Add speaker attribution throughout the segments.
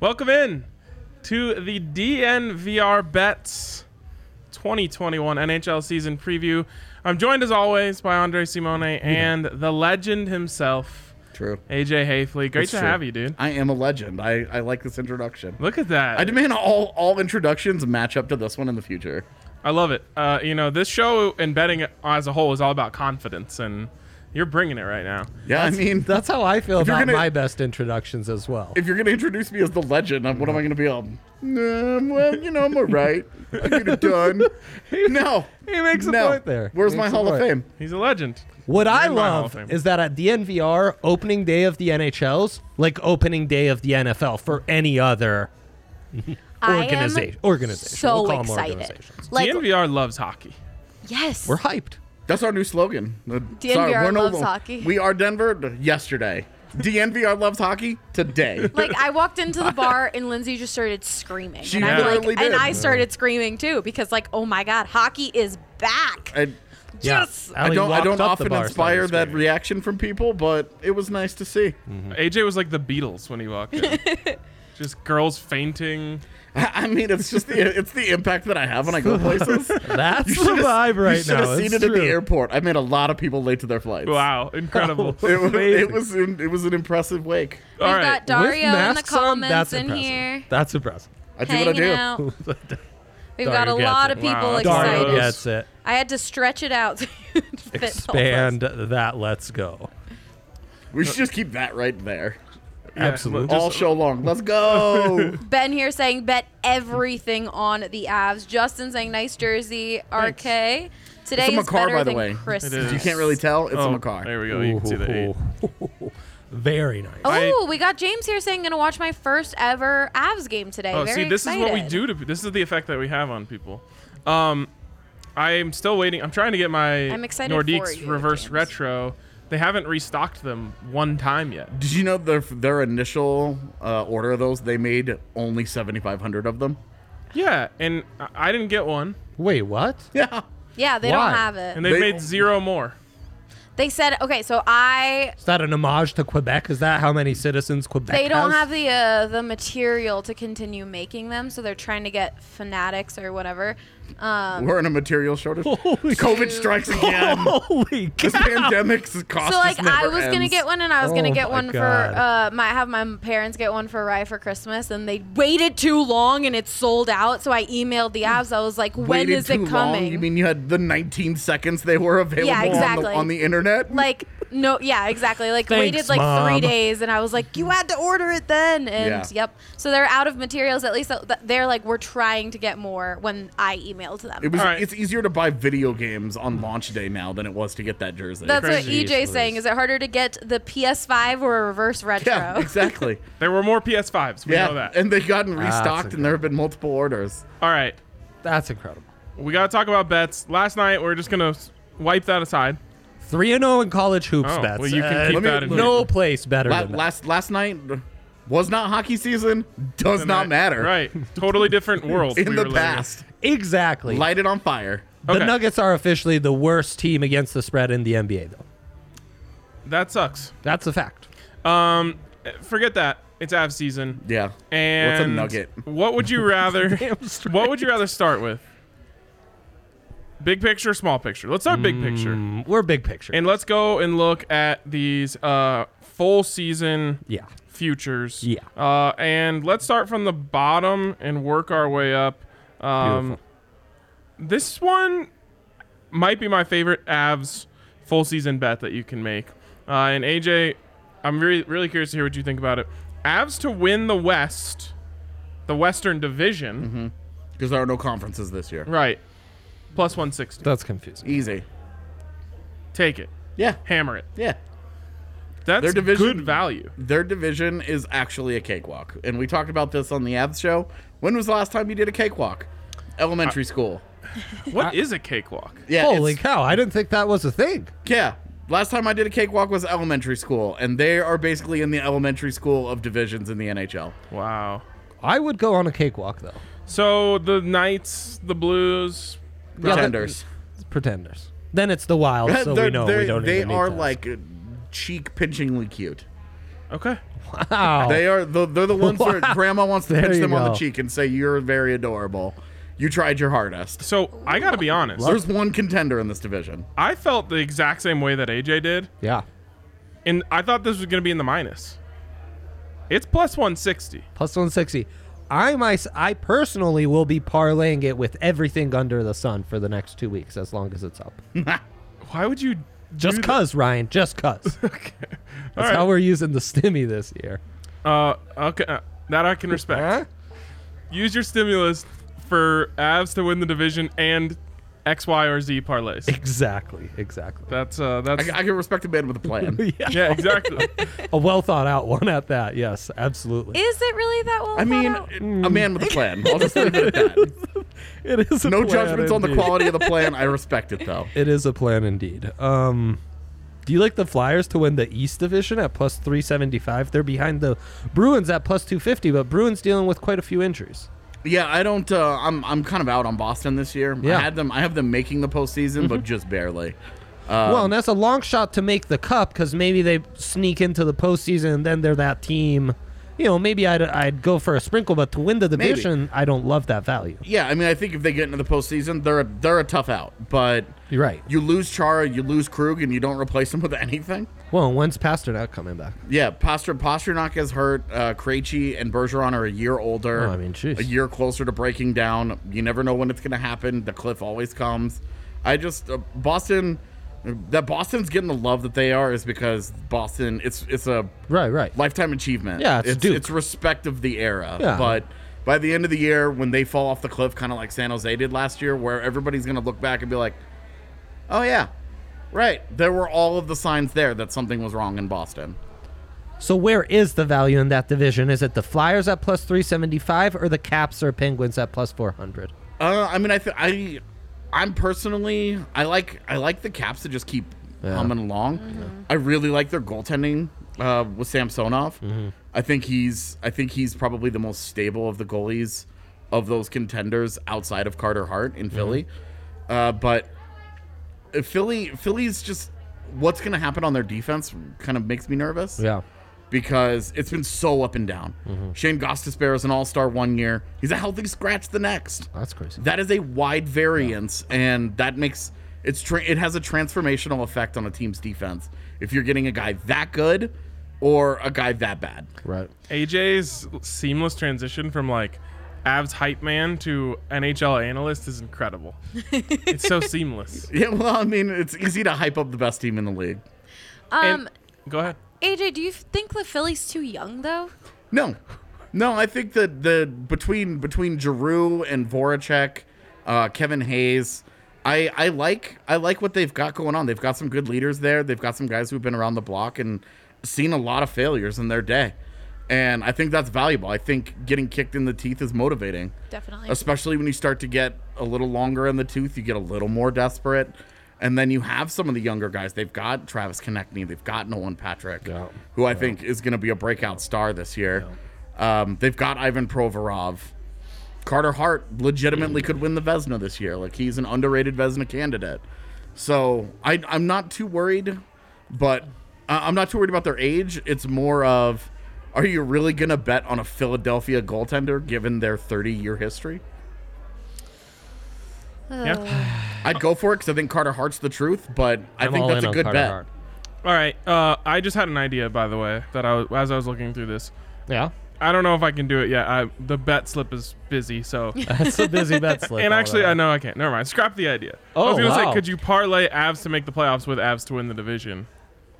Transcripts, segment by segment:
Speaker 1: Welcome in to the DNVR Bets 2021 NHL season preview. I'm joined as always by Andre Simone and the legend himself,
Speaker 2: True.
Speaker 1: AJ Hayfley. Great
Speaker 2: It's
Speaker 1: to
Speaker 2: true.
Speaker 1: have you, dude.
Speaker 2: I am a legend. I, I like this introduction.
Speaker 1: Look at that.
Speaker 2: I demand all all introductions match up to this one in the future.
Speaker 1: I love it. Uh, you know, this show and betting as a whole is all about confidence, and you're bringing it right now.
Speaker 2: Yeah, I mean,
Speaker 3: That's how I feel
Speaker 2: you're
Speaker 3: about
Speaker 2: gonna-
Speaker 3: my best introductions as well.
Speaker 2: if you're gonna introduce me as the legend, I'm, what am I gonna be? Um, nah, well, you know, I'm alright. I get it done. No,
Speaker 3: he makes a
Speaker 2: no.
Speaker 3: point there.
Speaker 2: Where's
Speaker 3: He
Speaker 2: my
Speaker 3: makes a
Speaker 2: Hall of
Speaker 3: point.
Speaker 2: Fame?
Speaker 1: He's a legend.
Speaker 3: What I
Speaker 1: in my Hall of
Speaker 3: love
Speaker 1: Fame.
Speaker 3: is that at the NVR opening day of the NHL's like opening day of the NFL for any other organization. Organization.
Speaker 4: so
Speaker 3: We'll call them
Speaker 4: excited.
Speaker 3: organizations.
Speaker 4: Like
Speaker 1: DNVR loves hockey.
Speaker 4: yes,
Speaker 3: We're hyped.
Speaker 2: That's our new slogan. Uh, The-
Speaker 4: DNVR loves hockey.
Speaker 2: We are Denver. d- Yesterday, DNVR loves hockey today.
Speaker 4: like I walked into the bar and Lindsay just started screaming,
Speaker 2: She
Speaker 4: and I'm like,
Speaker 2: literally did.
Speaker 4: and I started screaming too because like, oh my god, hockey is back.
Speaker 2: I,
Speaker 4: Yes.
Speaker 3: Yeah.
Speaker 2: I
Speaker 3: Allie
Speaker 2: don't. I
Speaker 3: walked
Speaker 2: don't
Speaker 3: up the
Speaker 2: often
Speaker 3: bar,
Speaker 2: inspire
Speaker 3: started
Speaker 2: that
Speaker 3: screaming.
Speaker 2: reaction from people, but it was nice to see.
Speaker 3: Hmm.
Speaker 1: AJ was like the Beatles when he walked in. Just girls fainting.
Speaker 2: I mean, it's just the it's the impact that I have when I go places.
Speaker 3: That's the
Speaker 2: should've-
Speaker 3: vibe
Speaker 2: you
Speaker 3: right
Speaker 2: should
Speaker 3: now.
Speaker 2: have seen
Speaker 3: It's
Speaker 2: it at the
Speaker 3: true.
Speaker 2: airport. I made a lot of people late to their flights.
Speaker 1: Wow, incredible.
Speaker 2: It was, it was an, it was an impressive wake.
Speaker 1: All
Speaker 4: We've
Speaker 1: right.
Speaker 4: got Dario
Speaker 3: With
Speaker 4: in the
Speaker 3: masks on,
Speaker 4: comments
Speaker 3: that's
Speaker 4: in
Speaker 3: impressive.
Speaker 4: here,
Speaker 3: That's impressive.
Speaker 2: I do what I
Speaker 4: hanging
Speaker 2: do.
Speaker 4: out. We've got
Speaker 3: Dario
Speaker 4: a
Speaker 3: gets
Speaker 4: lot
Speaker 3: it.
Speaker 4: of people
Speaker 1: Wow.
Speaker 4: excited.
Speaker 3: Dario
Speaker 1: Excited.
Speaker 3: gets it.
Speaker 4: I had to stretch it out. to fit all of us.
Speaker 3: Expand that. Let's go.
Speaker 2: We should just keep that right there
Speaker 3: Absolutely.
Speaker 2: all show long. Let's go.
Speaker 4: Ben here saying bet everything on the Avs. Justin saying nice jersey. RK today
Speaker 2: It's a
Speaker 4: is
Speaker 2: Macar,
Speaker 4: better
Speaker 2: by the
Speaker 4: than
Speaker 2: way. It
Speaker 4: Christmas.
Speaker 1: is.
Speaker 2: you can't really tell. It's
Speaker 1: Oh,
Speaker 2: a Macar.
Speaker 1: There we go. You can see the eight.
Speaker 3: Very nice.
Speaker 4: Oh, we got James here saying gonna watch my first ever Avs game today.
Speaker 1: Oh,
Speaker 4: Very
Speaker 1: see, this is what we
Speaker 4: excited.
Speaker 1: do to pe- this is the effect that we have on people. Um, I am still waiting. I'm trying to get my
Speaker 4: I'm excited for
Speaker 1: Nordiques
Speaker 4: you,
Speaker 1: reverse
Speaker 4: James.
Speaker 1: retro. They haven't restocked them one time yet.
Speaker 2: Did you know their their initial uh, order of those? They made only seventy five hundred of them.
Speaker 1: Yeah, and I- I didn't get one,
Speaker 3: Wait, what?
Speaker 2: Yeah.
Speaker 4: Yeah, they
Speaker 3: Why?
Speaker 4: don't have it.
Speaker 1: and they've
Speaker 2: They-
Speaker 1: made zero more.
Speaker 4: they said okay, so I
Speaker 3: Is that an homage to Quebec? Is that how many citizens Quebec
Speaker 4: they don't
Speaker 3: has?
Speaker 4: have the uh, the material to continue making them, so they're trying to get fanatics or whatever. Um,
Speaker 2: We're in a material shortage. COVID strikes again.
Speaker 3: Holy
Speaker 2: this
Speaker 3: cow.
Speaker 2: pandemic's cost.
Speaker 4: so like
Speaker 2: just never
Speaker 4: I was gonna
Speaker 2: ends.
Speaker 4: get one, and I was
Speaker 3: Oh
Speaker 4: gonna get
Speaker 3: my
Speaker 4: one for
Speaker 3: God.
Speaker 4: uh, my have my parents get one for Rye for Christmas, and they waited too long, and it's sold out. So I emailed the Avs. I was like, when is
Speaker 2: waited
Speaker 4: it
Speaker 2: too
Speaker 4: coming?
Speaker 2: Long? You mean you had the 19 seconds they were available
Speaker 4: Yeah,
Speaker 2: on,
Speaker 4: exactly.
Speaker 2: the, on the internet?
Speaker 4: like no yeah exactly like
Speaker 3: Thanks,
Speaker 4: waited like
Speaker 3: Mom.
Speaker 4: three days and i was like you had to order it then and
Speaker 2: Yeah.
Speaker 4: yep so they're out of materials at least th- they're like we're trying to get more when i emailed them
Speaker 2: it was.
Speaker 1: All right.
Speaker 2: It's easier to buy video games on launch day now than it was to get that jersey.
Speaker 4: that's what
Speaker 1: Crazy,
Speaker 4: ej's saying is it harder to get the ps5 or a reverse retro
Speaker 2: yeah, exactly.
Speaker 1: There were more PS5s. We know
Speaker 2: yeah,
Speaker 1: that.
Speaker 2: and they've gotten
Speaker 3: That's
Speaker 2: restocked, and there have been multiple orders.
Speaker 1: All right,
Speaker 3: That's incredible.
Speaker 1: we gotta talk about bets. Last night we are just gonna s- wipe that aside.
Speaker 3: 3 and 0 in college hoops
Speaker 1: Oh,
Speaker 3: bets.
Speaker 1: well, you can
Speaker 3: Uh,
Speaker 1: keep
Speaker 2: let me-
Speaker 1: that in
Speaker 2: let
Speaker 3: no
Speaker 1: mind.
Speaker 3: place better
Speaker 2: La-
Speaker 3: than that.
Speaker 2: last last night was not hockey season. Does not matter.
Speaker 1: Right, totally different world.
Speaker 2: In
Speaker 1: we
Speaker 2: the
Speaker 1: were living
Speaker 2: past,
Speaker 3: Exactly.
Speaker 2: light it on fire.
Speaker 3: the
Speaker 1: Okay.
Speaker 3: Nuggets are officially the worst team against the spread in the NBA, though.
Speaker 1: That sucks.
Speaker 3: That's a fact.
Speaker 1: Um, forget that. It's Av season.
Speaker 2: Yeah.
Speaker 1: And
Speaker 2: What's a nugget?
Speaker 1: What would you rather?
Speaker 3: Damn straight.
Speaker 1: what would you rather start with? Big picture, or small picture. Let's start big picture,
Speaker 2: Hmm.
Speaker 3: Mm, We're big picture.
Speaker 1: and let's go and look at these uh, full season
Speaker 3: yeah.
Speaker 1: futures.
Speaker 3: Yeah.
Speaker 1: Uh, and let's start from the bottom and work our way up. Um,
Speaker 3: Beautiful.
Speaker 1: this one might be my favorite Avs full season bet that you can make. Uh, and AJ, I'm really really curious to hear what you think about it. Avs to win the West, the Western Division,
Speaker 2: Because there are no conferences this year.
Speaker 1: right? Plus 160.
Speaker 3: That's confusing.
Speaker 2: Easy.
Speaker 1: Take it,
Speaker 2: Yeah.
Speaker 1: hammer it.
Speaker 2: Yeah.
Speaker 1: That's
Speaker 2: Their division-
Speaker 1: good value.
Speaker 2: their division is actually a cakewalk. And we talked about this on the Avs show. When was the last time you did a cakewalk? Elementary school.
Speaker 1: What is a cakewalk?
Speaker 2: Yeah.
Speaker 3: Uh, Holy
Speaker 2: it's-
Speaker 3: cow. I didn't think that was a thing.
Speaker 2: yeah. Last time I did a cakewalk was elementary school, and they are basically in the elementary school of divisions in the NHL.
Speaker 1: Wow.
Speaker 3: I would go on a cakewalk, though.
Speaker 1: So the Knights, the Blues,
Speaker 3: that-
Speaker 2: Pretenders.
Speaker 3: Pretenders. Then it's the wild, so we
Speaker 2: They're-
Speaker 3: know
Speaker 2: they're-
Speaker 3: we don't
Speaker 2: they
Speaker 3: even need
Speaker 2: are
Speaker 3: to ask.
Speaker 2: like cheek pinchingly cute.
Speaker 1: Okay.
Speaker 3: Wow.
Speaker 2: They are the, they're the ones where grandma wants to
Speaker 3: Oh. There
Speaker 2: pinch
Speaker 3: you
Speaker 2: them on the
Speaker 3: go.
Speaker 2: cheek and say you're very adorable. You tried your hardest.
Speaker 1: So I gotta be honest.
Speaker 2: There's one contender in this division.
Speaker 1: I felt the exact same way that AJ did,
Speaker 3: yeah.
Speaker 1: and I thought this was gonna be in the minus. It's plus 160.
Speaker 3: Plus 160. I mys- I personally will be parlaying it with everything under the sun for the next two weeks as long as it's up.
Speaker 1: Why would you?
Speaker 3: Just
Speaker 1: do
Speaker 3: cuz, Ryan. Just cuz. That's
Speaker 1: that? All right.
Speaker 3: how we're using the stimmy this year.
Speaker 1: Uh, okay, uh, that I can respect. Use your stimulus for Avs to win the division and X, Y, or Z parlays.
Speaker 3: Exactly. Exactly.
Speaker 1: That's uh, that's
Speaker 2: I, I can respect a man with a plan.
Speaker 3: Yeah.
Speaker 1: yeah, exactly.
Speaker 3: A well thought out one at that. Yes, absolutely.
Speaker 4: Is it really that well?
Speaker 2: I mean,
Speaker 4: thought out?
Speaker 2: a man with a plan. I'll just leave it at that.
Speaker 3: it is a
Speaker 2: No
Speaker 3: plan
Speaker 2: judgments on the
Speaker 3: indeed.
Speaker 2: quality of the plan. I respect it though.
Speaker 3: It is a plan indeed. Um, do you like the Flyers to win the East Division at plus 375? They're behind the Bruins at plus 250, but Bruins dealing with quite a few injuries.
Speaker 2: Yeah, I don't. Uh, I'm I'm kind of out on Boston this year.
Speaker 3: Yeah.
Speaker 2: I had them. I have them making the postseason, but just barely.
Speaker 3: well, and that's a long shot to make the cup because maybe they sneak into the postseason and then they're that team. You know, maybe I'd, I'd go for a sprinkle, but to win the
Speaker 2: Maybe.
Speaker 3: division, I don't love that value.
Speaker 2: Yeah, I mean, I think if they get into the postseason, they're a, they're a tough out. But
Speaker 3: You're right.
Speaker 2: you lose Chara, you lose Krug, and you don't replace them with anything.
Speaker 3: Well, and when's Pasternak coming back?
Speaker 2: Yeah, Pastor Pasternak is hurt. Uh, Krejci and Bergeron are a year older.
Speaker 3: Oh, I mean, jeez.
Speaker 2: a year closer to breaking down. You never know when it's going to happen. The cliff always comes. I just uh, Boston. That Boston's getting the love that they are is because Boston. It's it's a
Speaker 3: Right, right.
Speaker 2: lifetime achievement.
Speaker 3: Yeah, it's
Speaker 2: it's
Speaker 3: Duke.
Speaker 2: it's respect of the era.
Speaker 3: Yeah.
Speaker 2: But by the end of the year, when they fall off the cliff, kind of like San Jose did last year, where everybody's going to look back and be like, "Oh yeah, right. There were all of the signs there that something was wrong in Boston."
Speaker 3: So where is the value in that division? Is it the Flyers at plus 375 or the Caps or Penguins at plus 400?
Speaker 2: Uh, I mean, I th- I, I'm personally, I like I like the Caps to just keep humming along. I really like their goaltending uh, with Samsonov. I think he's I think he's probably the most stable of the goalies of those contenders outside of Carter Hart in Philly. Uh, but uh, Philly Philly's just what's going to happen on their defense kind of makes me nervous
Speaker 3: Yeah.
Speaker 2: because it's been so up and down. Shane Gostisbehere is an All Star one year. He's a healthy scratch the next.
Speaker 3: That's crazy.
Speaker 2: That is a wide variance, and that makes it's tra- it has a transformational effect on a team's defense. If you're getting a guy that good or a guy that bad,
Speaker 3: Right.
Speaker 1: AJ's seamless transition from like Avs hype man to NHL analyst is incredible. it's so seamless.
Speaker 2: yeah. Well, I mean, it's easy to hype up the best team in the league.
Speaker 1: And-
Speaker 4: um,
Speaker 1: go ahead.
Speaker 4: AJ, do you think the Phillies too young though?
Speaker 2: No, no, I think that the between between Giroux and Voracek, uh, Kevin Hayes. I, I like I like what they've got going on. They've got some good leaders there. They've got some guys who've been around the block and seen a lot of failures in their day. And I think that's valuable. I think getting kicked in the teeth is motivating.
Speaker 4: Definitely.
Speaker 2: Especially when you start to get a little longer in the tooth, you get a little more desperate. And then you have some of the younger guys. They've got Travis Konechny. They've got Nolan Patrick,
Speaker 3: Yeah.
Speaker 2: who I think is going to be a breakout star this year. Um, they've got Ivan Provorov. Carter Hart legitimately could win the Vesna this year. Like he's an underrated Vesna candidate. So I, I'm not too worried, but I- I'm not too worried about their age. It's more of, are you really gonna bet on a Philadelphia goaltender given their 30 year history?
Speaker 1: Yeah.
Speaker 2: I'd go for it because I think Carter Hart's the truth, but I think that's a good bet.
Speaker 1: All right. Uh, I just had an idea, by the way, that I was, as I was looking through this.
Speaker 3: Yeah.
Speaker 1: I don't know if I can do it yet. I, the bet slip is busy, so.
Speaker 3: That's a busy bet slip.
Speaker 1: and
Speaker 3: all
Speaker 1: actually,
Speaker 3: that.
Speaker 1: I know I can't. Never mind. Scrap the idea. I was
Speaker 3: Oh,
Speaker 1: gonna say,
Speaker 3: wow.
Speaker 1: could you parlay Avs to make the playoffs with Avs to win the division?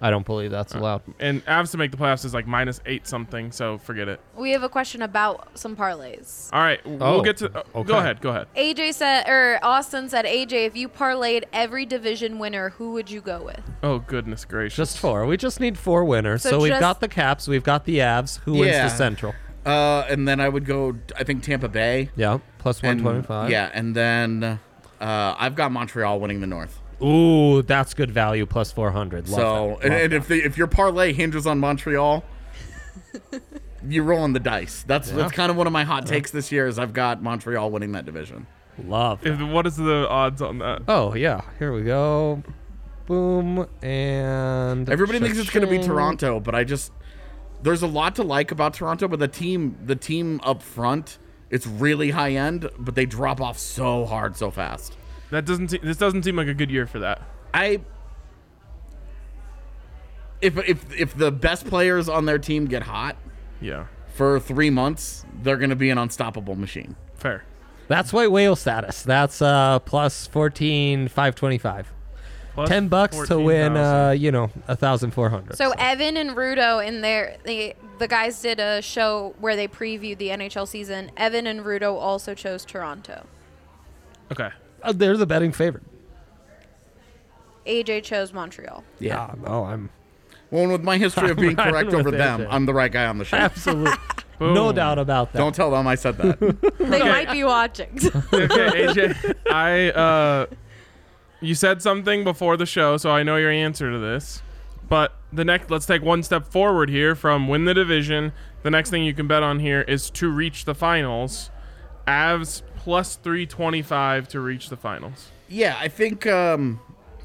Speaker 3: I don't believe that's allowed.
Speaker 1: And Avs to make the playoffs is like minus eight something, so forget it.
Speaker 4: We have a question about some parlays.
Speaker 1: All right,
Speaker 3: Oh,
Speaker 1: we'll get to. oh,
Speaker 3: okay.
Speaker 1: Go ahead. Go ahead.
Speaker 4: AJ said, or Austin said, AJ, if you parlayed every division winner, who would you go with?
Speaker 1: Oh goodness gracious.
Speaker 3: Just four. We just need four winners. So,
Speaker 4: So
Speaker 3: we've
Speaker 4: just-
Speaker 3: got the Caps, we've got the Avs. Who wins
Speaker 2: Yeah.
Speaker 3: the Central?
Speaker 2: Uh, and then I would go. I think Tampa Bay.
Speaker 3: Yeah, plus
Speaker 2: and-
Speaker 3: 125.
Speaker 2: Yeah, and then uh, I've got Montreal winning the North.
Speaker 3: Ooh, that's good value, plus 400. Love
Speaker 2: so,
Speaker 3: that.
Speaker 2: and,
Speaker 3: Love
Speaker 2: and if the, if your parlay hinges on Montreal, you're rolling the dice. That's that's kind of one of my hot takes this year. Is I've got Montreal winning that division.
Speaker 3: that. Love that.
Speaker 1: If, what is the odds on that?
Speaker 3: Oh yeah, here we go. Boom and
Speaker 2: Everybody thinks it's going to be
Speaker 3: cha-ching.
Speaker 2: Toronto, but I just there's a lot to like about Toronto, but the team the team up front, it's really high end, but they drop off so hard so fast.
Speaker 1: That doesn't. Se- this doesn't seem like a good year for that.
Speaker 2: I if if if the best players on their team get hot
Speaker 1: Yeah.
Speaker 2: for 3 months, they're going to be an unstoppable machine.
Speaker 1: Fair.
Speaker 3: That's white whale status. That's uh plus 14 525.
Speaker 1: Plus
Speaker 3: 10 bucks to win
Speaker 1: 14,000.
Speaker 3: uh you know, 1400.
Speaker 4: So Evan and Rudo in their the the guys did a show where they previewed the NHL season. Evan and Rudo also chose Toronto.
Speaker 1: okay.
Speaker 3: Uh, they're the betting favorite.
Speaker 4: AJ chose Montreal.
Speaker 2: Yeah.
Speaker 3: Ah, no, I'm
Speaker 2: Well, and with my history of being
Speaker 3: riding
Speaker 2: correct
Speaker 3: with
Speaker 2: over
Speaker 3: that
Speaker 2: them,
Speaker 3: shit.
Speaker 2: I'm the right guy on the show.
Speaker 3: absolutely no
Speaker 1: Boom.
Speaker 3: doubt about that.
Speaker 2: Don't tell them I said that.
Speaker 4: They might be watching.
Speaker 1: okay, AJ. I uh, you said something before the show, so I know your answer to this. But the next, let's take one step forward here from win the division. The next thing you can bet on here is to reach the finals. Avs plus three twenty five to reach the finals.
Speaker 2: yeah, I think um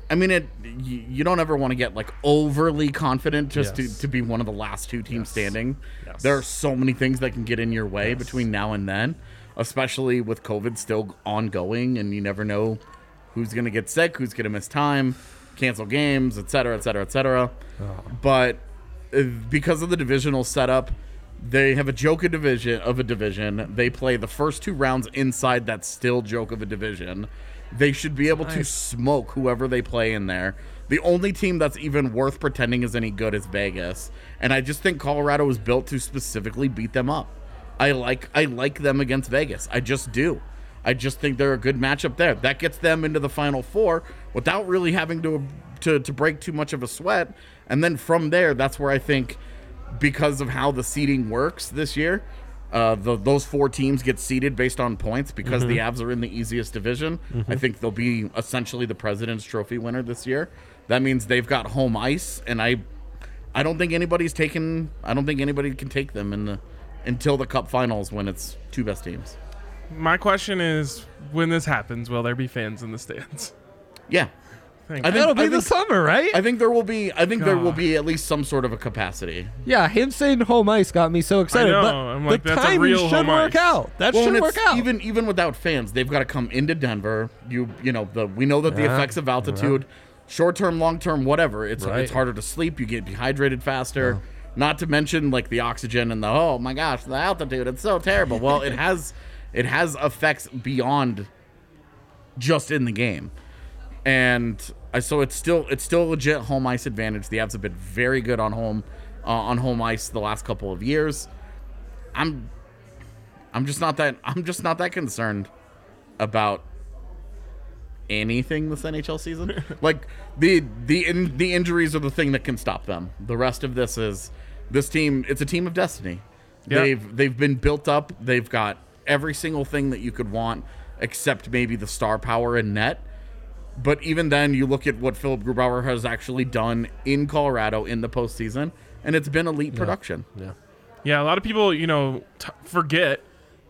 Speaker 2: I mean it y- you don't ever want to get like overly confident just
Speaker 3: Yes.
Speaker 2: to, to be one of the last two teams standing.
Speaker 3: Yes.
Speaker 2: There are so many things that can get in your way between now and then, especially with COVID still ongoing and you never know who's going to get sick, who's going to miss time, cancel games, et cetera, et cetera, et cetera.
Speaker 3: Oh.
Speaker 2: But uh, because of the divisional setup, they have a joke of division of a division. They play the first two rounds inside that still joke of a division. They should be able to smoke whoever they play in there. The only team that's even worth pretending is any good is Vegas, and I just think Colorado was built to specifically beat them up. I like I like them against Vegas. I just do. I just think they're a good matchup there. That gets them into the final four without really having to to, to break too much of a sweat. And then from there, that's where I think because of how the seeding works this year, uh, the, those four teams get seeded based on points because the
Speaker 1: Mm-hmm.
Speaker 2: Avs are in the easiest division. I think they'll be essentially the President's Trophy winner this year. That means they've got home ice, and I, I don't think anybody's taken. I don't think anybody can take them in the until the Cup Finals when it's two best teams.
Speaker 1: My question is, when this happens, will there be fans in the stands?
Speaker 2: Yeah,
Speaker 1: Thank
Speaker 2: I
Speaker 1: you.
Speaker 2: think,
Speaker 3: That'll be
Speaker 2: I
Speaker 3: the
Speaker 2: think-
Speaker 3: summer, right?
Speaker 2: I think there will be. I think there will
Speaker 1: God.
Speaker 2: be at least some sort of a capacity.
Speaker 3: yeah, him saying home ice got me so excited.
Speaker 1: know,
Speaker 3: But
Speaker 1: I'm
Speaker 3: the
Speaker 1: like, that's a
Speaker 3: timing
Speaker 1: real
Speaker 3: should
Speaker 1: home
Speaker 3: work
Speaker 1: ice.
Speaker 3: out. That
Speaker 2: Well, and
Speaker 3: should
Speaker 2: it's
Speaker 3: work out.
Speaker 2: even even without fans, they've got to come into Denver. You you know the we know that the
Speaker 3: Yeah,
Speaker 2: effects of altitude, short term, long term, whatever. It's
Speaker 3: Right.
Speaker 2: it's harder to sleep. You get dehydrated faster. Not to mention like the oxygen and the oh my gosh the altitude. It's so terrible. Well, it has it has effects beyond just in the game, and I so it's still it's still legit home ice advantage. The Avs have been very good on home uh, on home ice the last couple of years. I'm I'm just not that I'm just not that concerned about anything this NHL season. like the the in, the injuries are the thing that can stop them. The rest of this is this team. It's a team of destiny.
Speaker 1: Yeah.
Speaker 2: They've they've been built up. They've got every single thing that you could want, except maybe the star power and net. But even then, you look at what Philip Grubauer has actually done in Colorado in the postseason, and it's been elite production.
Speaker 3: yeah.
Speaker 1: Yeah, a lot of people, you know, t- forget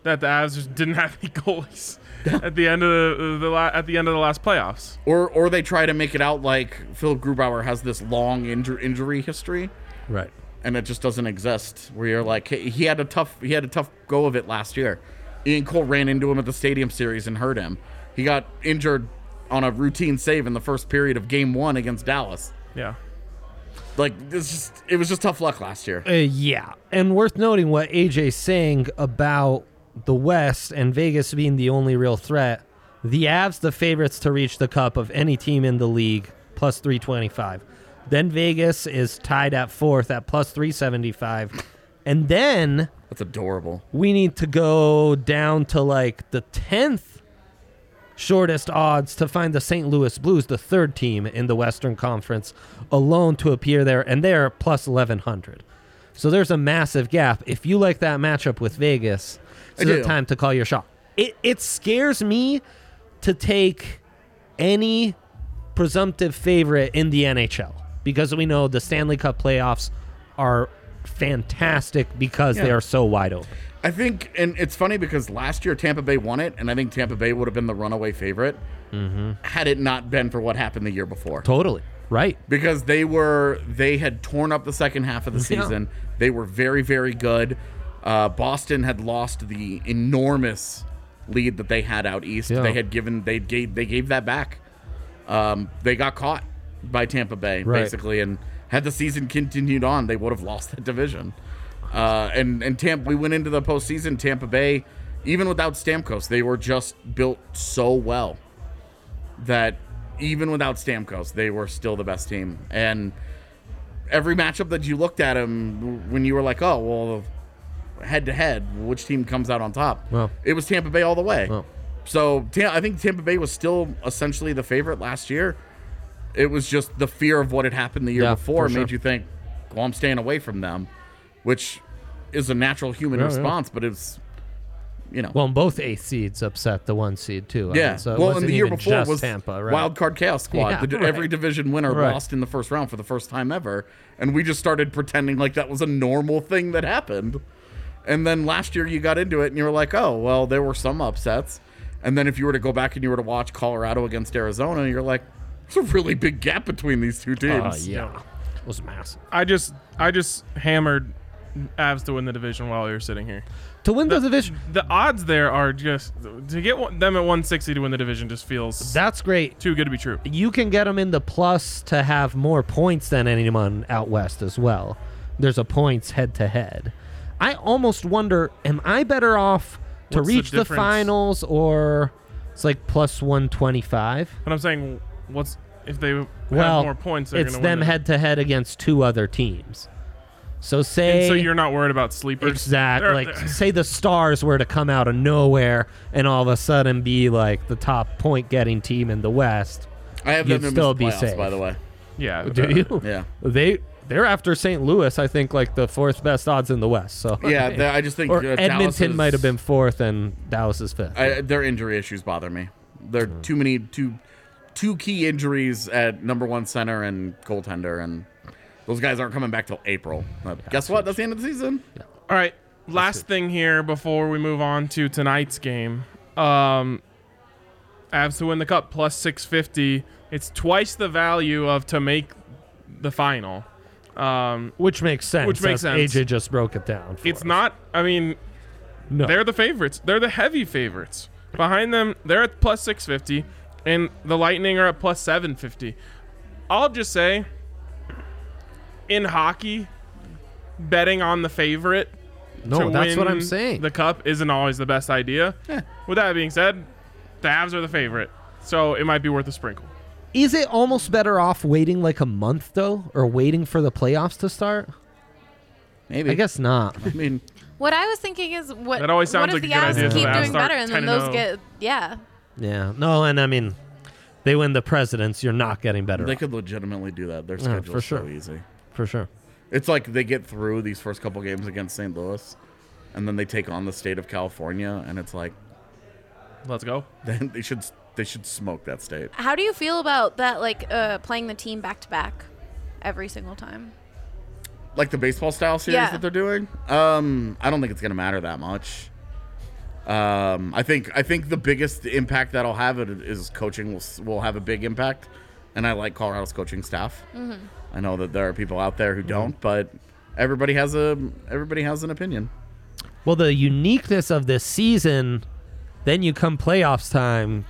Speaker 1: that the Avs just didn't have any goalies at the end of the, the la- at the end of the last playoffs.
Speaker 2: or or they try to make it out like Philip Grubauer has this long inju- injury history
Speaker 3: Right.
Speaker 2: and it just doesn't exist. Where you're like, hey, he had a tough he had a tough go of it last year. Ian Cole ran into him at the Stadium Series and hurt him. He got injured on a routine save in the first period of Game One against Dallas.
Speaker 1: Yeah.
Speaker 2: Like it's just it was just tough luck last year.
Speaker 3: Uh, yeah. And worth noting what AJ's saying about the West and Vegas being the only real threat. The Avs, the favorites to reach the cup of any team in the league, plus 325. Then Vegas is tied at fourth at plus 375. And then
Speaker 2: That's adorable.
Speaker 3: we need to go down to like the 10th shortest odds to find the St. Louis Blues, the third team in the Western Conference, alone to appear there, and they're plus 1100. So there's a massive gap. If you like that matchup with Vegas,
Speaker 2: I
Speaker 3: it's the
Speaker 2: do.
Speaker 3: time to call your shot. It, it scares me to take any presumptive favorite in the NHL because we know the Stanley Cup playoffs are fantastic because they
Speaker 2: Yeah.
Speaker 3: are so wide open.
Speaker 2: I think, and it's funny because last year Tampa Bay won it, and I think Tampa Bay would have been the runaway favorite had it not been for what happened the year before.
Speaker 3: Totally. Right.
Speaker 2: because they were they had torn up the second half of the
Speaker 3: Yeah.
Speaker 2: season. They were very very good. Uh, Boston had lost the enormous lead that they had out east.
Speaker 3: Yeah.
Speaker 2: They had given they gave they gave that back. Um, they got caught by Tampa Bay
Speaker 3: Right.
Speaker 2: basically, and had the season continued on, they would have lost that division. Uh, and and Tampa, we went into the postseason. Tampa Bay, even without Stamkos, they were just built so well that even without Stamkos, they were still the best team. And every matchup that you looked at them when you were like, oh, well, head to head, which team comes out on top?
Speaker 3: Well.
Speaker 2: it was Tampa Bay all the way.
Speaker 3: Well.
Speaker 2: So Ta- I think Tampa Bay was still essentially the favorite last year. It was just the fear of what had happened the year
Speaker 3: Yeah,
Speaker 2: before
Speaker 3: for
Speaker 2: made
Speaker 3: sure.
Speaker 2: you think, well, I'm staying away from them, which is a natural human
Speaker 1: Yeah, yeah.
Speaker 2: response, but it's, you know.
Speaker 3: Well, and both eighth seeds upset the one seed too. I mean,
Speaker 2: Yeah.
Speaker 3: so it
Speaker 2: well,
Speaker 3: wasn't
Speaker 2: and the year
Speaker 3: even
Speaker 2: before
Speaker 3: just
Speaker 2: was
Speaker 3: Tampa, right?
Speaker 2: Wild Card Chaos Squad.
Speaker 3: Yeah,
Speaker 2: The-
Speaker 3: right.
Speaker 2: Every division winner
Speaker 3: Right.
Speaker 2: lost in the first round for the first time ever, and we just started pretending like that was a normal thing that happened. And then last year you got into it, and you were like, "Oh, well, there were some upsets." And then if you were to go back and you were to watch Colorado against Arizona, you're like, "There's a really big gap between these two
Speaker 3: Oh,
Speaker 2: teams."
Speaker 3: yeah. It was massive.
Speaker 1: I just I just hammered Avs to win the division while we were sitting here.
Speaker 3: To win the division,
Speaker 1: The odds there are just to get one, them at 160 to win the division just feels
Speaker 3: that's great.
Speaker 1: too good to be true.
Speaker 3: you can get them in the plus to have more points than anyone out west as well. There's a points head to head. I almost wonder, am I better off to
Speaker 1: What's the
Speaker 3: reach the,
Speaker 1: difference?
Speaker 3: finals or it's like plus one twenty five?
Speaker 1: But I'm saying, what's if they
Speaker 3: Well,
Speaker 1: have more points? They're
Speaker 3: It's
Speaker 1: gonna
Speaker 3: them
Speaker 1: win the-
Speaker 3: head to head against two other teams. So say
Speaker 1: And so you're not worried about sleepers.
Speaker 3: exactly
Speaker 1: They're-
Speaker 3: like
Speaker 1: they're-
Speaker 3: say the stars were to come out of nowhere and all of a sudden be like the top point getting team in the West.
Speaker 2: I have
Speaker 3: You'd
Speaker 2: them in
Speaker 3: still
Speaker 2: the
Speaker 3: be
Speaker 2: playoffs,
Speaker 3: safe.
Speaker 2: by the way.
Speaker 1: yeah.
Speaker 3: Do
Speaker 1: uh,
Speaker 3: you?
Speaker 2: Yeah.
Speaker 3: They they're after St. Louis, I think, like the fourth best odds in the West. So
Speaker 2: Yeah, the- I just think
Speaker 3: or
Speaker 2: uh, Dallas
Speaker 3: Edmonton
Speaker 2: is-
Speaker 3: might have been fourth, and Dallas is fifth.
Speaker 2: I, their injury issues bother me. There
Speaker 3: Hmm.
Speaker 2: are too many too two key injuries at number one center and goaltender, and those guys aren't coming back till April. But guess what? That's the end of the season.
Speaker 1: All right. Last thing here before we move on to tonight's game. Um Avs to win the cup plus 650. It's twice the value of to make the final. Um
Speaker 3: which makes sense.
Speaker 1: Which makes
Speaker 3: as
Speaker 1: sense.
Speaker 3: AJ just broke it down. for
Speaker 1: it's
Speaker 3: us.
Speaker 1: not I mean
Speaker 3: No.
Speaker 1: they're the favorites. They're the heavy favorites. Behind them, they're at plus 650 and the Lightning are at plus 750. I'll just say in hockey betting on the favorite
Speaker 3: no.
Speaker 1: to
Speaker 3: Oh, That's what
Speaker 1: win
Speaker 3: I'm saying.
Speaker 1: The cup isn't always the best idea. With that being said, the Avs are the favorite, so it might be worth a sprinkle.
Speaker 3: is it almost better off waiting like a month though, or waiting for the playoffs to start?
Speaker 2: Maybe.
Speaker 3: I guess not.
Speaker 2: I mean,
Speaker 4: What I was thinking is what
Speaker 1: That always sounds
Speaker 4: what
Speaker 1: like
Speaker 4: if
Speaker 1: a good
Speaker 4: the Avs
Speaker 1: idea
Speaker 3: to
Speaker 4: keep
Speaker 3: have
Speaker 4: doing
Speaker 1: start
Speaker 4: better and then
Speaker 1: 10 and oh. 0.
Speaker 4: those get yeah.
Speaker 3: yeah. No, and I mean, they win the presidents. You're not getting better
Speaker 2: they
Speaker 3: off,
Speaker 2: could legitimately do that. Their
Speaker 3: Yeah, for
Speaker 2: schedule's so
Speaker 3: sure.
Speaker 2: easy.
Speaker 3: for sure.
Speaker 2: It's like they get through these first couple games against St. Louis, and then they take on the state of California, and it's like
Speaker 1: Let's go.
Speaker 2: then they should they should smoke that state.
Speaker 4: How do you feel about that like uh, playing the team back to back every single time?
Speaker 2: like the baseball style series
Speaker 4: Yeah.
Speaker 2: that they're doing. Um, I don't think it's gonna matter that much. Um, I think I think the biggest impact that'll have it is coaching will s- will have a big impact, and I like Colorado's coaching staff. I know that there are people out there who
Speaker 3: Mm-hmm.
Speaker 2: don't, but everybody has a everybody has an opinion.
Speaker 3: Well, the uniqueness of this season, then you come playoffs time,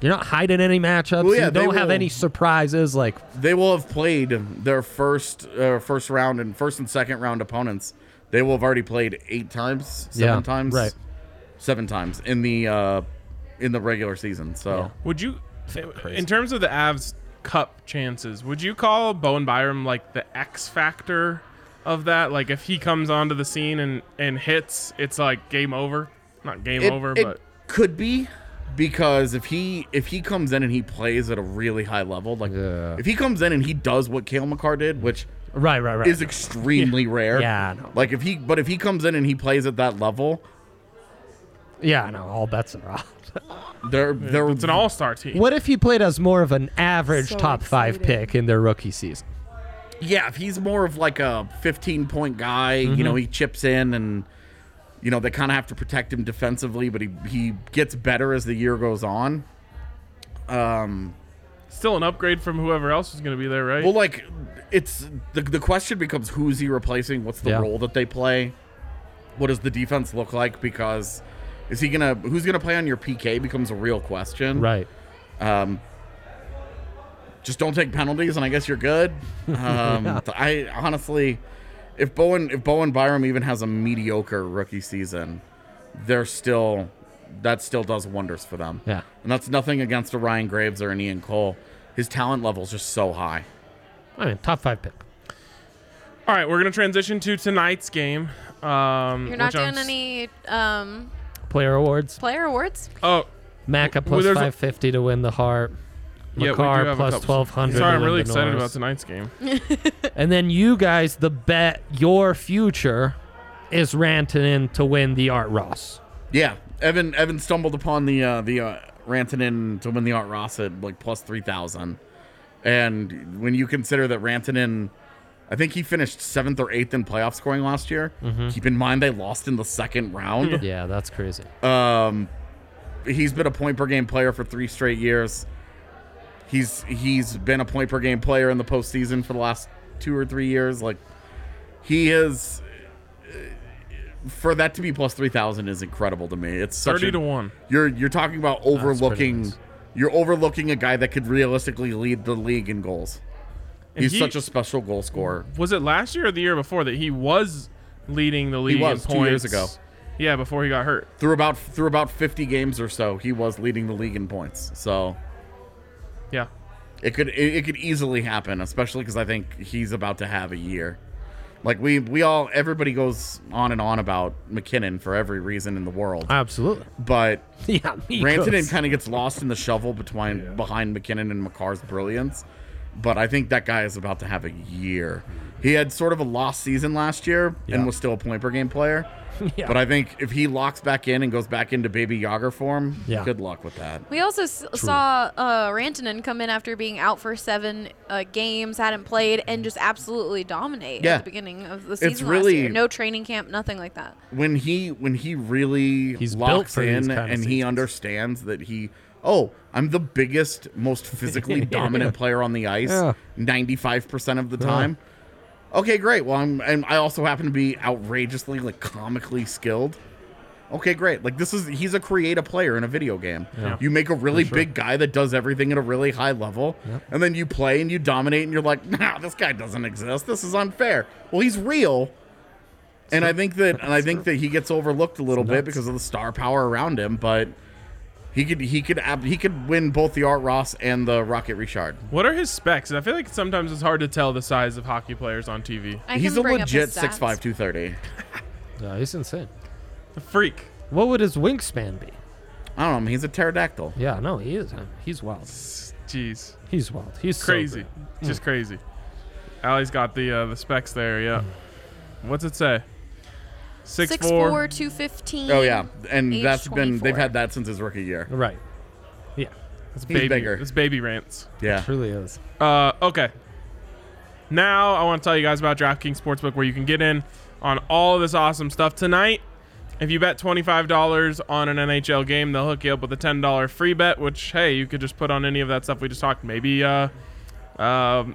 Speaker 3: you're not hiding any matchups.
Speaker 2: Well, yeah,
Speaker 3: you
Speaker 2: they
Speaker 3: don't have
Speaker 2: will-
Speaker 3: any surprises. Like,
Speaker 2: They will have played their first uh, first round and first and second round opponents. They will have already played eight times, seven
Speaker 3: Yeah,
Speaker 2: times,
Speaker 3: right.
Speaker 2: seven times in the uh, in the regular season. So.
Speaker 1: Would you, in terms of the Avs cup chances, would you call Bowen Byram like the X factor of that? Like if he comes onto the scene and and hits, it's like game over. Not game
Speaker 2: it,
Speaker 1: over,
Speaker 2: it
Speaker 1: but
Speaker 2: could be because if he if he comes in and he plays at a really high level, like
Speaker 3: Yeah.
Speaker 2: if he comes in and he does what Kale McCarr did, which
Speaker 3: right, right, right.
Speaker 2: is extremely rare.
Speaker 3: Yeah, I know.
Speaker 2: Like if he but if he comes in and he plays at that level,
Speaker 3: Yeah, no, all bets are off.
Speaker 2: they're they're
Speaker 1: it's an all-star team.
Speaker 3: what if he played as more of an average
Speaker 4: So
Speaker 3: top five
Speaker 4: exciting.
Speaker 3: pick in their rookie season?
Speaker 2: yeah, if he's more of like a 15 point guy,
Speaker 1: Mm-hmm.
Speaker 2: you know, he chips in and you know, they kind of have to protect him defensively, but he he gets better as the year goes on. Um
Speaker 1: still an upgrade from whoever else was going to be there, right?
Speaker 2: Well, like it's the the question becomes who's he replacing? What's the
Speaker 3: Yeah.
Speaker 2: role that they play? What does the defense look like? Because is he gonna who's gonna play on your PK becomes a real question.
Speaker 3: Right.
Speaker 2: Um, just don't take penalties, and I guess you're good. Um, I honestly, if Bowen if Bowen Byram even has a mediocre rookie season, they're still that still does wonders for them.
Speaker 3: Yeah.
Speaker 2: and that's nothing against a Ryan Graves or an Ian Cole. His talent level is just so high.
Speaker 3: I mean, top five pick.
Speaker 1: All right, we're going to transition to tonight's game. Um,
Speaker 4: You're not
Speaker 1: which I'm
Speaker 4: doing
Speaker 1: s-
Speaker 4: any um,
Speaker 3: Player awards.
Speaker 4: player awards.
Speaker 1: Oh,
Speaker 3: Maca
Speaker 1: Well,
Speaker 3: plus
Speaker 1: there's a-
Speaker 3: 550 to win the heart.
Speaker 1: yeah, we do
Speaker 3: Makar
Speaker 1: have a
Speaker 3: plus
Speaker 1: couple.
Speaker 3: 1200
Speaker 1: Sorry,
Speaker 3: to
Speaker 1: I'm
Speaker 3: win
Speaker 1: really
Speaker 3: the
Speaker 1: excited
Speaker 3: Norris.
Speaker 1: about tonight's game.
Speaker 3: And then you guys, the bet, your future is Rantanen to win the Art Ross.
Speaker 2: Yeah, Evan Evan stumbled upon the uh, the uh, Rantanen to win the Art Ross at like plus three thousand, and when you consider that Rantanen, I think he finished seventh or eighth in playoff scoring last year.
Speaker 1: Mm-hmm.
Speaker 2: Keep in mind they lost in the second round.
Speaker 3: Yeah, that's crazy.
Speaker 2: um, he's been a point per game player for three straight years. He's he's been a point per game player in the postseason for the last two or three years. Like he is. uh, For that to be plus three thousand is incredible to me. It's such
Speaker 1: Thirty
Speaker 2: a-
Speaker 1: to one.
Speaker 2: you're you're talking about overlooking.
Speaker 3: nice.
Speaker 2: You're overlooking a guy that could realistically lead the league in goals.
Speaker 1: And
Speaker 2: He's
Speaker 1: he-
Speaker 2: such a special goal scorer.
Speaker 1: Was it last year or the year before that he was leading the league?
Speaker 2: was,
Speaker 1: in
Speaker 2: two years
Speaker 1: points?
Speaker 2: ago.
Speaker 1: Yeah, before he got hurt.
Speaker 2: Through about through about 50 games or so, he was leading the league in points. So
Speaker 1: Yeah.
Speaker 2: it could it, it could easily happen, especially because I think he's about to have a year. Like we we all everybody goes on and on about McKinnon for every reason in the world,
Speaker 3: Absolutely.
Speaker 2: but
Speaker 3: Yeah, me
Speaker 2: Rantanen
Speaker 3: goes.
Speaker 2: kind of gets lost in the shovel between behind McKinnon and McCarr's brilliance, but I think that guy is about to have a year. He had sort of a lost season last year
Speaker 3: Yeah.
Speaker 2: and was still a point per game player.
Speaker 3: Yeah.
Speaker 2: But I think if he locks back in and goes back into baby Yager form,
Speaker 3: Yeah.
Speaker 2: good luck with that.
Speaker 4: We also s- saw uh, Rantanen come in after being out for seven uh, games, hadn't played, and just absolutely dominate
Speaker 2: Yeah.
Speaker 4: at the beginning of the season last
Speaker 2: really-
Speaker 4: year. No training camp, nothing like that.
Speaker 2: When he when he really
Speaker 3: He's built
Speaker 2: locks
Speaker 3: for these
Speaker 2: in
Speaker 3: kinda
Speaker 2: and he
Speaker 3: seasons.
Speaker 2: understands that he oh, I'm the biggest, most physically dominant player on the ice
Speaker 3: Yeah.
Speaker 2: 95% of the time. Okay, great. Well, I'm and I also happen to be outrageously like comically skilled. Okay, great. Like this is he's a creative player in a video game.
Speaker 1: Yeah.
Speaker 2: You make a really big guy that does everything at a really high level, and then you play and you dominate and you're like, "Nah, this guy doesn't exist. This is unfair." Well, he's real. And I think that and I think that he gets overlooked a little bit because of the star power around him, but he could he could ab- he could win both the Art Ross and the Rocket Richard.
Speaker 1: What are his specs? I feel like sometimes it's hard to tell the size of hockey players on TV.
Speaker 4: I
Speaker 2: He's
Speaker 4: can
Speaker 2: a
Speaker 4: bring up his
Speaker 2: legit
Speaker 4: stats.
Speaker 2: 6'5", 230.
Speaker 3: No, he's insane.
Speaker 1: A freak.
Speaker 3: What would his wingspan be?
Speaker 2: I don't know. He's a pterodactyl.
Speaker 3: Yeah, no, he is. He's wild.
Speaker 1: Jeez.
Speaker 3: He's wild. He's
Speaker 1: Crazy.
Speaker 3: So good.
Speaker 1: Just crazy. Allie's got the uh, the specs there. Yeah. What's it say? Six,
Speaker 4: Six
Speaker 1: four.
Speaker 4: four, 215.
Speaker 2: Oh yeah, and
Speaker 4: Age
Speaker 2: that's been they've
Speaker 4: 24.
Speaker 2: had that since his rookie year.
Speaker 3: right. Yeah,
Speaker 1: It's
Speaker 2: He's
Speaker 1: baby.
Speaker 2: bigger.
Speaker 1: It's baby rants.
Speaker 2: Yeah,
Speaker 3: truly is.
Speaker 1: Uh, okay. Now I want to tell you guys about DraftKings Sportsbook, where you can get in on all this awesome stuff tonight. If you bet twenty-five dollars on an NHL game, they'll hook you up with a ten-dollar free bet. Which, hey, you could just put on any of that stuff we just talked. Maybe, uh, um,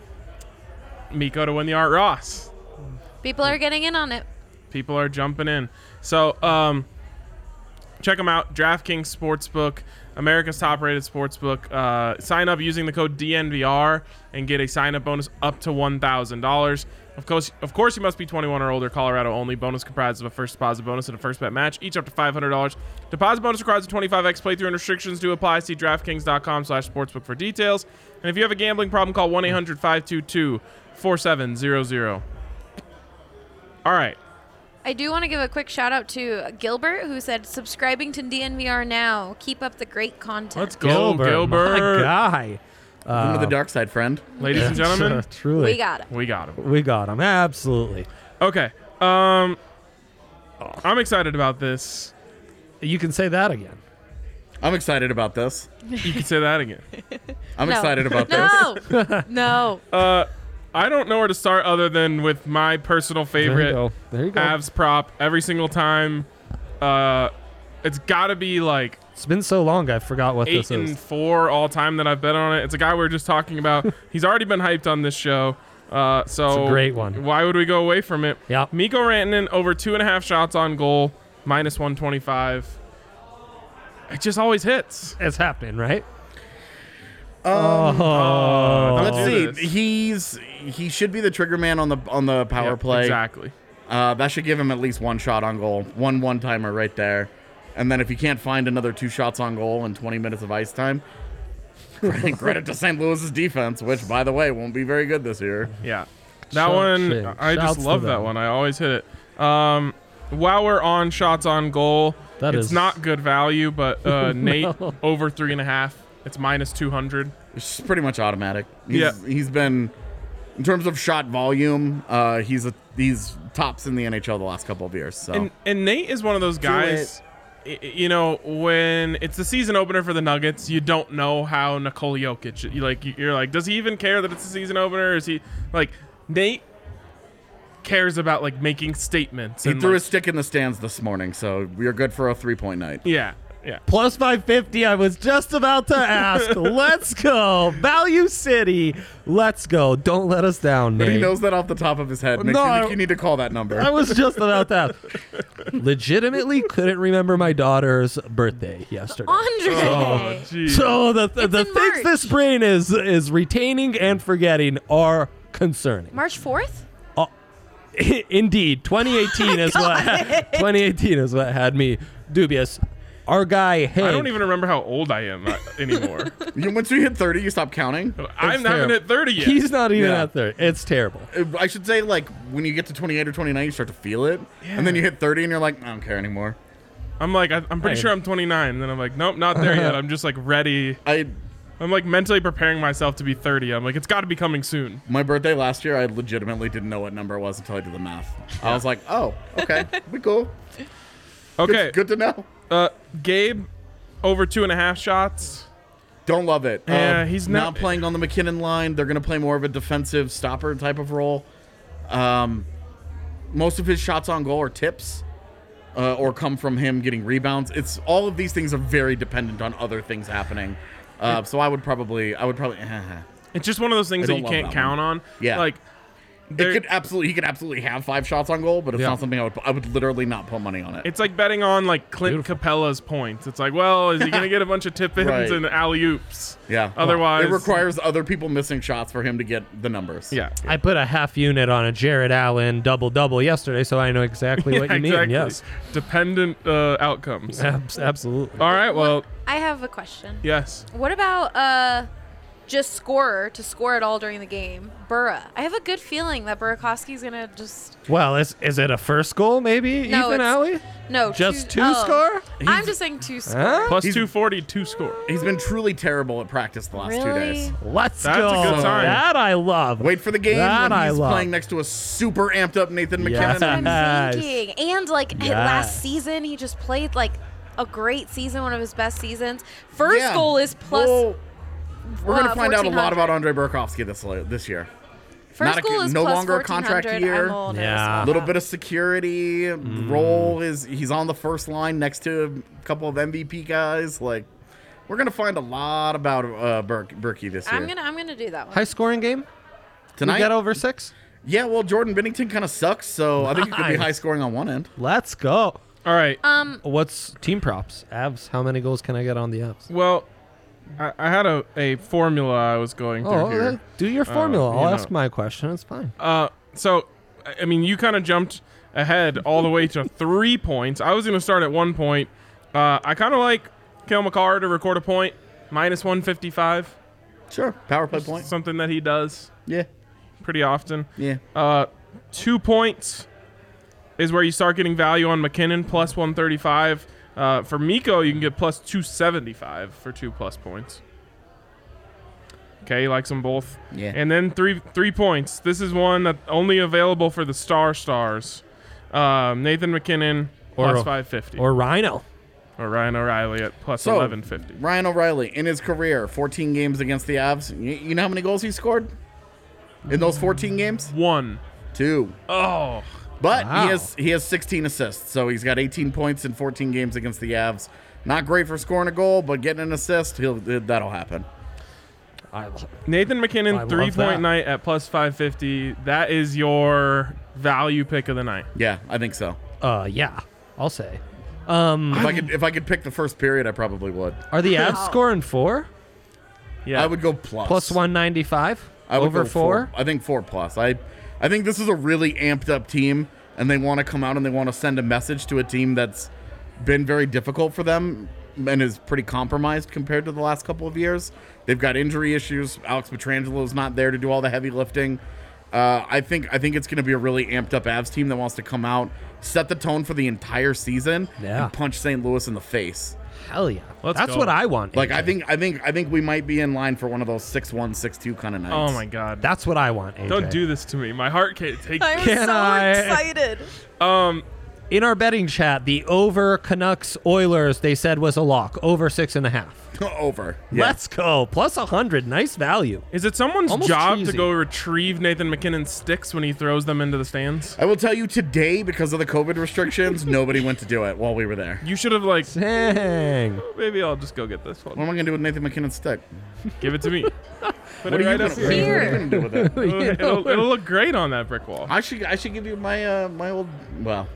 Speaker 1: Miko to win the Art Ross.
Speaker 4: People are getting in on it.
Speaker 1: People are jumping in. So, um, check them out. DraftKings Sportsbook, America's top rated sportsbook. Uh, sign up using the code DNVR and get a sign up bonus up to $1,000. Of course, of course, you must be 21 or older, Colorado only. Bonus comprised of a first deposit bonus and a first bet match, each up to $500. Deposit bonus requires a 25x playthrough and restrictions do apply. See DraftKings.com slash sportsbook for details. And if you have a gambling problem, call 1 800 522 4700. All right.
Speaker 4: I do want to give a quick shout out to Gilbert, who said, subscribing to DNVR now. Keep up the great content.
Speaker 1: Let's go, Gilbert.
Speaker 3: My guy.
Speaker 2: Welcome
Speaker 1: Um,
Speaker 2: to the dark side, friend.
Speaker 1: Ladies and gentlemen,
Speaker 3: truly.
Speaker 4: We got it.
Speaker 1: we got him.
Speaker 3: We got him. Absolutely.
Speaker 1: Okay. Um, I'm excited about this.
Speaker 3: You can say that again.
Speaker 2: I'm excited about this.
Speaker 1: You can say that again.
Speaker 2: I'm
Speaker 4: No.
Speaker 2: excited about this. Oh.
Speaker 4: No. no.
Speaker 1: I don't know where to start other than with my personal
Speaker 3: There you
Speaker 1: favorite
Speaker 3: go. There you go.
Speaker 1: Avs prop every single time. Uh, it's got to be like
Speaker 3: It's been so long, I forgot what
Speaker 1: eight
Speaker 3: this is.
Speaker 1: and four all time that I've bet on it. It's a guy we were just talking about. He's already been hyped on this show. Uh, so
Speaker 3: It's a great one.
Speaker 1: Why would we go away from it?
Speaker 3: Yep.
Speaker 1: Miko Rantanen over two and a half shots on goal, minus one twenty five. It just always hits.
Speaker 3: It's happening, right?
Speaker 1: Oh,
Speaker 2: Let's
Speaker 1: don't
Speaker 2: see.
Speaker 1: do this.
Speaker 2: He's he should be the trigger man on the on the power
Speaker 1: Yep,
Speaker 2: play.
Speaker 1: Exactly.
Speaker 2: Uh, that should give him at least one shot on goal, one one timer right there. And then if you can't find another two shots on goal in 20 minutes of ice time, credit credit to St. Louis's defense, which by the way won't be very good this year.
Speaker 1: Yeah. That
Speaker 3: Shout-
Speaker 1: one,
Speaker 3: shit.
Speaker 1: I
Speaker 3: Shouts
Speaker 1: just
Speaker 3: to
Speaker 1: love that
Speaker 3: them.
Speaker 1: one. I always hit it. Um, while we're on shots on goal,
Speaker 3: That
Speaker 1: it's
Speaker 3: is-
Speaker 1: not good value, but uh, Nate over three and a half. It's minus 200.
Speaker 2: It's pretty much automatic. He's,
Speaker 1: Yeah.
Speaker 2: he's been in terms of shot volume, uh, he's a, he's tops in the NHL the last couple of years. So
Speaker 1: And, and Nate is one of those guys, y- y- you know, when it's the season opener for the Nuggets, you don't know how Nikola Jokic, you like, you're like, does he even care that it's the season opener? Is he like Nate cares about like making statements?
Speaker 2: he
Speaker 1: and,
Speaker 2: threw
Speaker 1: like-
Speaker 2: a stick in the stands this morning, so we are good for a three point night.
Speaker 1: yeah, yeah.
Speaker 3: Plus 550, I was just about to ask. Let's go. Value City. Let's go. Don't let us down,
Speaker 2: But he
Speaker 3: Nate.
Speaker 2: knows that off the top of his head. Makes
Speaker 3: No,
Speaker 2: me
Speaker 3: I-
Speaker 2: think you need to call that number.
Speaker 3: I was just about that. Legitimately couldn't remember my daughter's birthday yesterday.
Speaker 4: Andre.
Speaker 1: Oh, geez.
Speaker 3: So the the, the
Speaker 4: in
Speaker 3: things
Speaker 4: March.
Speaker 3: this brain is is retaining and forgetting are concerning.
Speaker 4: March 4th?
Speaker 3: Indeed, 2018 is what 2018 is what had me dubious. Our guy Hank.
Speaker 1: I don't even remember how old I am uh, anymore.
Speaker 2: You- once you hit 30, you stop counting.
Speaker 1: I'm not even
Speaker 3: terrible.
Speaker 1: at 30 yet.
Speaker 3: He's not even
Speaker 2: Yeah.
Speaker 3: out there. It's terrible.
Speaker 2: uh, I should say, like, when you get to 28 or 29, you start to feel it. And then you hit 30 and you're like, I don't care anymore.
Speaker 1: I'm like, I, I'm pretty
Speaker 3: Hey.
Speaker 1: sure I'm 29. And then I'm like, nope, not there yet. I'm just like ready.
Speaker 2: I
Speaker 1: I'm like mentally preparing myself to be 30. I'm like, it's got to be coming soon.
Speaker 2: My birthday last year, I legitimately didn't know what number it was until I did the math. I was like, oh, okay, we cool. Good,
Speaker 1: Okay.
Speaker 2: good to know.
Speaker 1: Uh, Gabe, over two and a half shots.
Speaker 2: Don't love it.
Speaker 1: Yeah,
Speaker 2: Uh,
Speaker 1: he's
Speaker 2: not
Speaker 1: not-
Speaker 2: playing on the McKinnon line. They're going to play more of a defensive stopper type of role. Um, most of his shots on goal are tips uh, or come from him getting rebounds. It's all of these things are very dependent on other things happening. Uh, so I would probably, I would probably,
Speaker 1: It's just one of those things that
Speaker 2: I don't
Speaker 1: you
Speaker 2: love
Speaker 1: can't
Speaker 2: that
Speaker 1: count on.
Speaker 2: Yeah.
Speaker 1: Like,
Speaker 2: it
Speaker 1: there-
Speaker 2: could absolutely, he could absolutely have five shots on goal, but it's
Speaker 3: Yeah.
Speaker 2: not something I would, I would literally not put money on it.
Speaker 1: it's like betting on like Clint Capella's points. It's like, well, is he going to get a bunch of tip ins
Speaker 2: Right.
Speaker 1: and alley oops?
Speaker 2: yeah.
Speaker 1: Otherwise,
Speaker 2: it requires other people missing shots for him to get the numbers.
Speaker 1: Yeah.
Speaker 3: I put a half unit on a Jared Allen double double yesterday, so I know exactly what you mean.
Speaker 1: exactly.
Speaker 3: Yes,
Speaker 1: Dependent uh, outcomes.
Speaker 3: Abs- absolutely.
Speaker 1: All right. Well,
Speaker 4: I have a question.
Speaker 1: yes.
Speaker 4: What about uh, just scorer to score it all during the game? Burra. I have a good feeling that Burakovsky's gonna just
Speaker 3: Well, is is it a first goal? Maybe
Speaker 4: No,
Speaker 3: Ethan
Speaker 4: it's-
Speaker 3: Alley.
Speaker 4: no.
Speaker 3: Just
Speaker 4: two oh.
Speaker 3: two score?
Speaker 4: I'm just saying two score.
Speaker 3: Huh?
Speaker 1: Plus
Speaker 2: He's-
Speaker 1: 240 to score.
Speaker 2: He's been truly terrible at practice the last two days.
Speaker 4: Really?
Speaker 3: Let's
Speaker 1: That's a
Speaker 3: go.
Speaker 1: good sign.
Speaker 3: That I love.
Speaker 2: Wait for the game
Speaker 3: That
Speaker 2: when
Speaker 3: I
Speaker 2: he's
Speaker 3: love.
Speaker 2: playing next to a super amped up Nathan McKinnon.
Speaker 3: Yeah.
Speaker 4: That's what I'm
Speaker 3: Yes.
Speaker 4: thinking. And like h-
Speaker 3: Yes.
Speaker 4: last season, he just played like a great season, one of his best seasons. First goal is plus.
Speaker 2: Well, we're gonna
Speaker 4: uh,
Speaker 2: find out a lot
Speaker 4: 1400.
Speaker 2: about Andre Burakovsky this la- this year.
Speaker 4: first
Speaker 2: not a
Speaker 4: goal
Speaker 2: kid-
Speaker 4: is
Speaker 2: no
Speaker 4: plus
Speaker 2: longer a contract
Speaker 4: 1400.
Speaker 2: year.
Speaker 4: I'm all nervous
Speaker 3: Yeah.
Speaker 4: about
Speaker 2: A little
Speaker 4: that.
Speaker 2: bit of security
Speaker 3: Mm.
Speaker 2: role is he's on the first line next to a couple of MVP guys. Like we're gonna find a lot about uh, Bur- Berkey this year
Speaker 4: I'm gonna I'm gonna do that one.
Speaker 3: High scoring game.
Speaker 2: tonight.
Speaker 3: We got over six.
Speaker 2: yeah, well, Jordan Bennington kind of sucks, so I think it could be
Speaker 3: Nice.
Speaker 2: high scoring on one end.
Speaker 3: Let's go.
Speaker 1: All right.
Speaker 4: Um,
Speaker 3: What's team props? Abs. How many goals can I get on the abs?
Speaker 1: Well, I, I had a, a formula I was going through
Speaker 3: Oh,
Speaker 1: here.
Speaker 3: uh, do your formula.
Speaker 1: you
Speaker 3: I'll
Speaker 1: know.
Speaker 3: ask my question. It's fine.
Speaker 1: Uh, so, I- I mean, you kind of jumped ahead all the way to three points. I was going to start at one point. Uh, I kind of like Kale McCarr to record a point, minus 155,
Speaker 2: Sure, power play point.
Speaker 1: something that he does
Speaker 2: Yeah,
Speaker 1: pretty often.
Speaker 2: yeah.
Speaker 1: Uh, two points is where you start getting value on McKinnon, plus 135. Uh, for Miko, you can get plus 275 for two plus points. Okay, he likes them both.
Speaker 2: Yeah.
Speaker 1: And then three three points. This is one that only available for the Star Stars. Um, Nathan McKinnon
Speaker 3: Or-
Speaker 1: plus 550. Or,
Speaker 3: Or Rhino.
Speaker 1: Ryan O'Reilly at plus
Speaker 2: So,
Speaker 1: 1150.
Speaker 2: Oh, Ryan O'Reilly in his career, 14 games against the Avs. You, you know how many goals he scored in those 14 games?
Speaker 1: One.
Speaker 2: Two.
Speaker 1: Oh.
Speaker 2: But
Speaker 3: Wow.
Speaker 2: he has he has 16 assists, so he's got 18 points in 14 games against the Avs. Not great for scoring a goal, but getting an assist, he'll, that'll happen.
Speaker 3: I love
Speaker 1: Nathan
Speaker 3: I
Speaker 1: McKinnon,
Speaker 3: love
Speaker 1: three
Speaker 3: that.
Speaker 1: point night at plus 550. That is your value pick of the night.
Speaker 2: Yeah, I think so.
Speaker 3: Uh, yeah, I'll say.
Speaker 2: If I could, if I could pick the first period, I probably would.
Speaker 3: Are the Avs
Speaker 4: Wow.
Speaker 3: scoring four
Speaker 1: Yeah.
Speaker 2: I would go plus.
Speaker 3: plus one ninety five
Speaker 2: I would
Speaker 3: over
Speaker 2: go
Speaker 3: four?
Speaker 2: I think four plus. I, I think this is a really amped up team, and they want to come out and they want to send a message to a team that's been very difficult for them and is pretty compromised compared to the last couple of years. They've got injury issues. Alex Petrangelo's not there to do all the heavy lifting. Uh, I think I think it's going to be a really amped up Avs team that wants to come out, set the tone for the entire season,
Speaker 3: Yeah.
Speaker 2: and punch St. Louis in the face.
Speaker 3: Hell yeah,
Speaker 1: Let's
Speaker 3: that's
Speaker 1: go.
Speaker 3: what I want.
Speaker 2: Like
Speaker 3: AJ.
Speaker 2: I think I think I think we might be in line for one of those six one six two kind of nights.
Speaker 1: oh my God.
Speaker 3: that's what I want. AJ.
Speaker 1: Don't do this to me. My heart can't take
Speaker 4: I'm
Speaker 3: Can
Speaker 4: so
Speaker 3: I-
Speaker 4: excited.
Speaker 1: Um,
Speaker 3: In our betting chat, the over Canucks Oilers they said was a lock over six and a half.
Speaker 2: over.
Speaker 3: Let's go plus a hundred. Nice value.
Speaker 1: Is it someone's
Speaker 3: Almost
Speaker 1: job
Speaker 3: cheesy.
Speaker 1: to go retrieve Nathan McKinnon's sticks when he throws them into the stands?
Speaker 2: I will tell you today because of the COVID restrictions, nobody went to do it while we were there.
Speaker 1: You should have like
Speaker 3: Dang.
Speaker 1: maybe I'll just go get this
Speaker 2: What
Speaker 1: one.
Speaker 2: am I gonna do with Nathan McKinnon's stick?
Speaker 1: Give it to me. Put it
Speaker 2: What are you
Speaker 1: right
Speaker 2: gonna,
Speaker 1: up
Speaker 2: what are you
Speaker 1: here.
Speaker 4: Here.
Speaker 2: gonna do with it?
Speaker 1: It'll, it'll, it'll look great on that brick wall.
Speaker 2: I should I should give you my uh my old well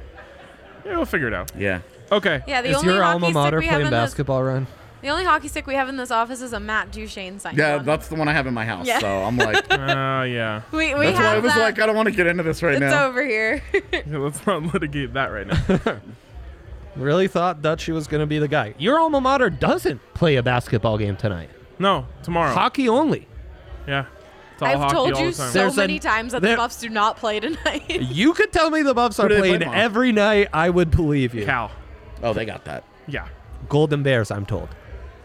Speaker 1: Yeah, we'll figure it out.
Speaker 2: yeah.
Speaker 1: Okay.
Speaker 4: Yeah, the
Speaker 3: Is
Speaker 4: only
Speaker 3: your
Speaker 4: hockey
Speaker 3: alma
Speaker 4: stick
Speaker 3: mater
Speaker 4: we have
Speaker 3: playing
Speaker 4: in this,
Speaker 3: basketball run?
Speaker 4: the only hockey stick we have in this office is a Matt Duchesne sign.
Speaker 2: Yeah,
Speaker 4: on.
Speaker 2: that's the one I have in my house.
Speaker 4: Yeah.
Speaker 2: So I'm like that's
Speaker 1: Uh, yeah.
Speaker 4: we we
Speaker 2: why I
Speaker 4: have
Speaker 2: was
Speaker 4: that.
Speaker 2: like, I don't want to get into this right
Speaker 4: it's
Speaker 2: now.
Speaker 4: over here.
Speaker 1: Let's not litigate that right now.
Speaker 3: Really thought Dutchy was going to be the guy. Your alma mater doesn't play a basketball game tonight.
Speaker 1: No, tomorrow.
Speaker 3: Hockey only.
Speaker 1: yeah. It's all
Speaker 4: I've
Speaker 1: hockey
Speaker 4: told
Speaker 1: all
Speaker 4: you
Speaker 1: the time.
Speaker 4: so
Speaker 3: There's
Speaker 4: many
Speaker 3: an-
Speaker 4: times that
Speaker 3: there-
Speaker 4: the Buffs do not play tonight.
Speaker 3: You could tell me the Buffs are
Speaker 2: do they play
Speaker 3: playing
Speaker 2: tomorrow?
Speaker 3: every night. I would believe you.
Speaker 1: Cal.
Speaker 2: Oh, they got that.
Speaker 1: Yeah.
Speaker 3: Golden Bears, I'm told.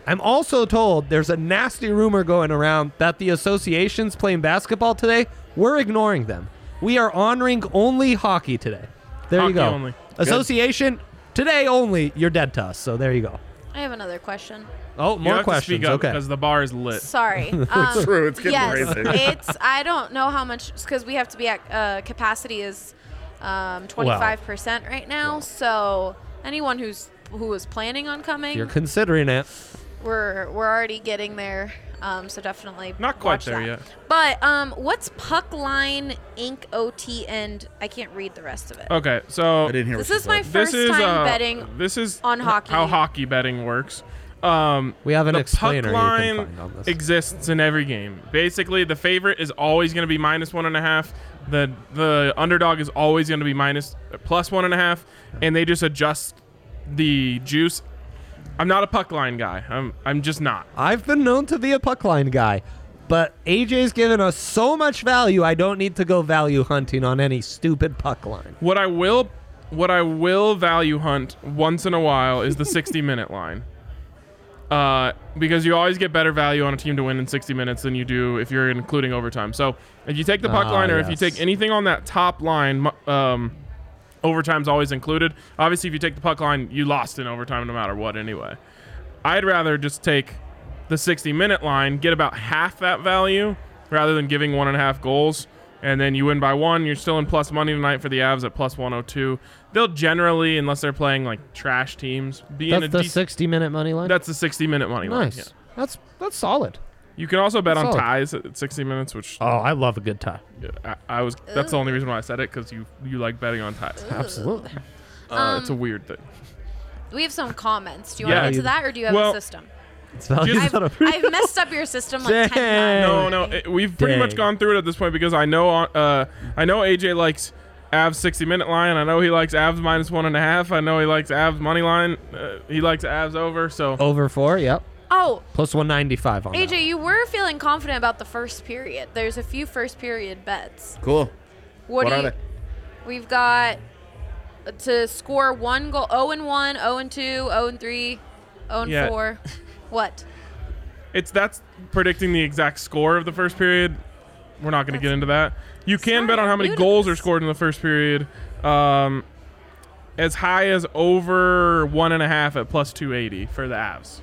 Speaker 3: I'm also told there's a nasty rumor going around that the associations playing basketball today, we're ignoring them. We are honoring only hockey today. There
Speaker 1: Hockey
Speaker 3: you go.
Speaker 1: only.
Speaker 3: Association today only. You're dead to us. So there you go.
Speaker 4: I have another question.
Speaker 3: Oh,
Speaker 1: you
Speaker 3: more
Speaker 1: have
Speaker 3: questions.
Speaker 1: To speak up
Speaker 3: okay.
Speaker 1: Because the bar is lit.
Speaker 4: Sorry. Um,
Speaker 2: true, it's getting
Speaker 4: yes,
Speaker 2: crazy.
Speaker 4: it's. I don't know how much because we have to be at uh, capacity is um, 25 percent right now. So anyone who's who was planning on coming,
Speaker 3: You're considering it.
Speaker 4: we're we're already getting there. Um, so definitely
Speaker 1: Not quite
Speaker 4: watch
Speaker 1: there
Speaker 4: that.
Speaker 1: yet.
Speaker 4: But um, what's puck line ink OT and I can't read the rest of it.
Speaker 1: Okay. So
Speaker 2: I didn't hear.
Speaker 4: This
Speaker 2: what she
Speaker 4: is my
Speaker 2: said.
Speaker 4: first
Speaker 1: this is
Speaker 4: time
Speaker 1: uh,
Speaker 4: betting.
Speaker 1: This is
Speaker 4: on hockey.
Speaker 1: How hockey betting works. Um,
Speaker 3: We have an
Speaker 1: the
Speaker 3: explainer
Speaker 1: puck
Speaker 3: you
Speaker 1: line
Speaker 3: can find on this.
Speaker 1: exists in every game. Basically, the favorite is always going to be minus one and a half. The the underdog is always going to be minus plus one and a half, and they just adjust the juice. I'm not a puck line guy. I'm I'm just not.
Speaker 3: I've been known to be a puck line guy, but AJ's given us so much value, I don't need to go value hunting on any stupid puck line.
Speaker 1: What I will what I will value hunt once in a while is the 60 minute line. Uh, because you always get better value on a team to win in 60 minutes than you do if you're including overtime. So if you take the puck
Speaker 3: Ah,
Speaker 1: line or if you
Speaker 3: yes.
Speaker 1: take anything on that top line, mu- um, overtime's always included. Obviously, if you take the puck line, you lost in overtime no matter what anyway. I'd rather just take the 60 minute line, get about half that value rather than giving one and a half goals. And then you win by one. You're still in plus money tonight for the Avs at plus 102. They'll generally, unless they're playing like trash teams, be in a
Speaker 3: That's the
Speaker 1: dec-
Speaker 3: 60 minute money line?
Speaker 1: That's the 60 minute money line.
Speaker 3: nice.
Speaker 1: yeah.
Speaker 3: That's that's solid.
Speaker 1: You can also bet on
Speaker 3: Solid.
Speaker 1: ties at 60 minutes, which
Speaker 3: Oh, I love a good tie.
Speaker 1: I, I was. That's the only reason why I said it because you you like betting on ties.
Speaker 3: Absolutely.
Speaker 1: Uh, it's a weird thing.
Speaker 4: We have some comments. Do you
Speaker 1: Yeah.
Speaker 4: want to get to that or do you have
Speaker 1: Well,
Speaker 4: a system?
Speaker 3: It's value
Speaker 1: Just-
Speaker 4: I've, I've messed up your system like 10 times.
Speaker 1: No, no, it- we've pretty much
Speaker 3: Dang.
Speaker 1: gone through it at this point because I know uh, I know AJ likes Avs 60 minute line. I know he likes Avs minus one and a half. I know he likes Avs money line. Uh, he likes Avs over. So
Speaker 3: Over four, yep.
Speaker 4: Oh,
Speaker 3: Plus 195 on that.
Speaker 4: AJ, you were feeling confident about the first period. There's a few first period bets.
Speaker 2: cool.
Speaker 4: What,
Speaker 2: What
Speaker 4: do
Speaker 2: are
Speaker 4: you,
Speaker 2: they?
Speaker 4: We've got to score one goal 0 and 1, 0 and 2, 0 and 3, 0 and
Speaker 1: Yeah.
Speaker 4: 4. What?
Speaker 1: it's that's predicting the exact score of the first period. We're not going to get into that. You can
Speaker 4: not
Speaker 1: bet on how many
Speaker 4: ludicrous.
Speaker 1: goals are scored in the first period. Um, as high as over one and a half at plus 280 for the Avs.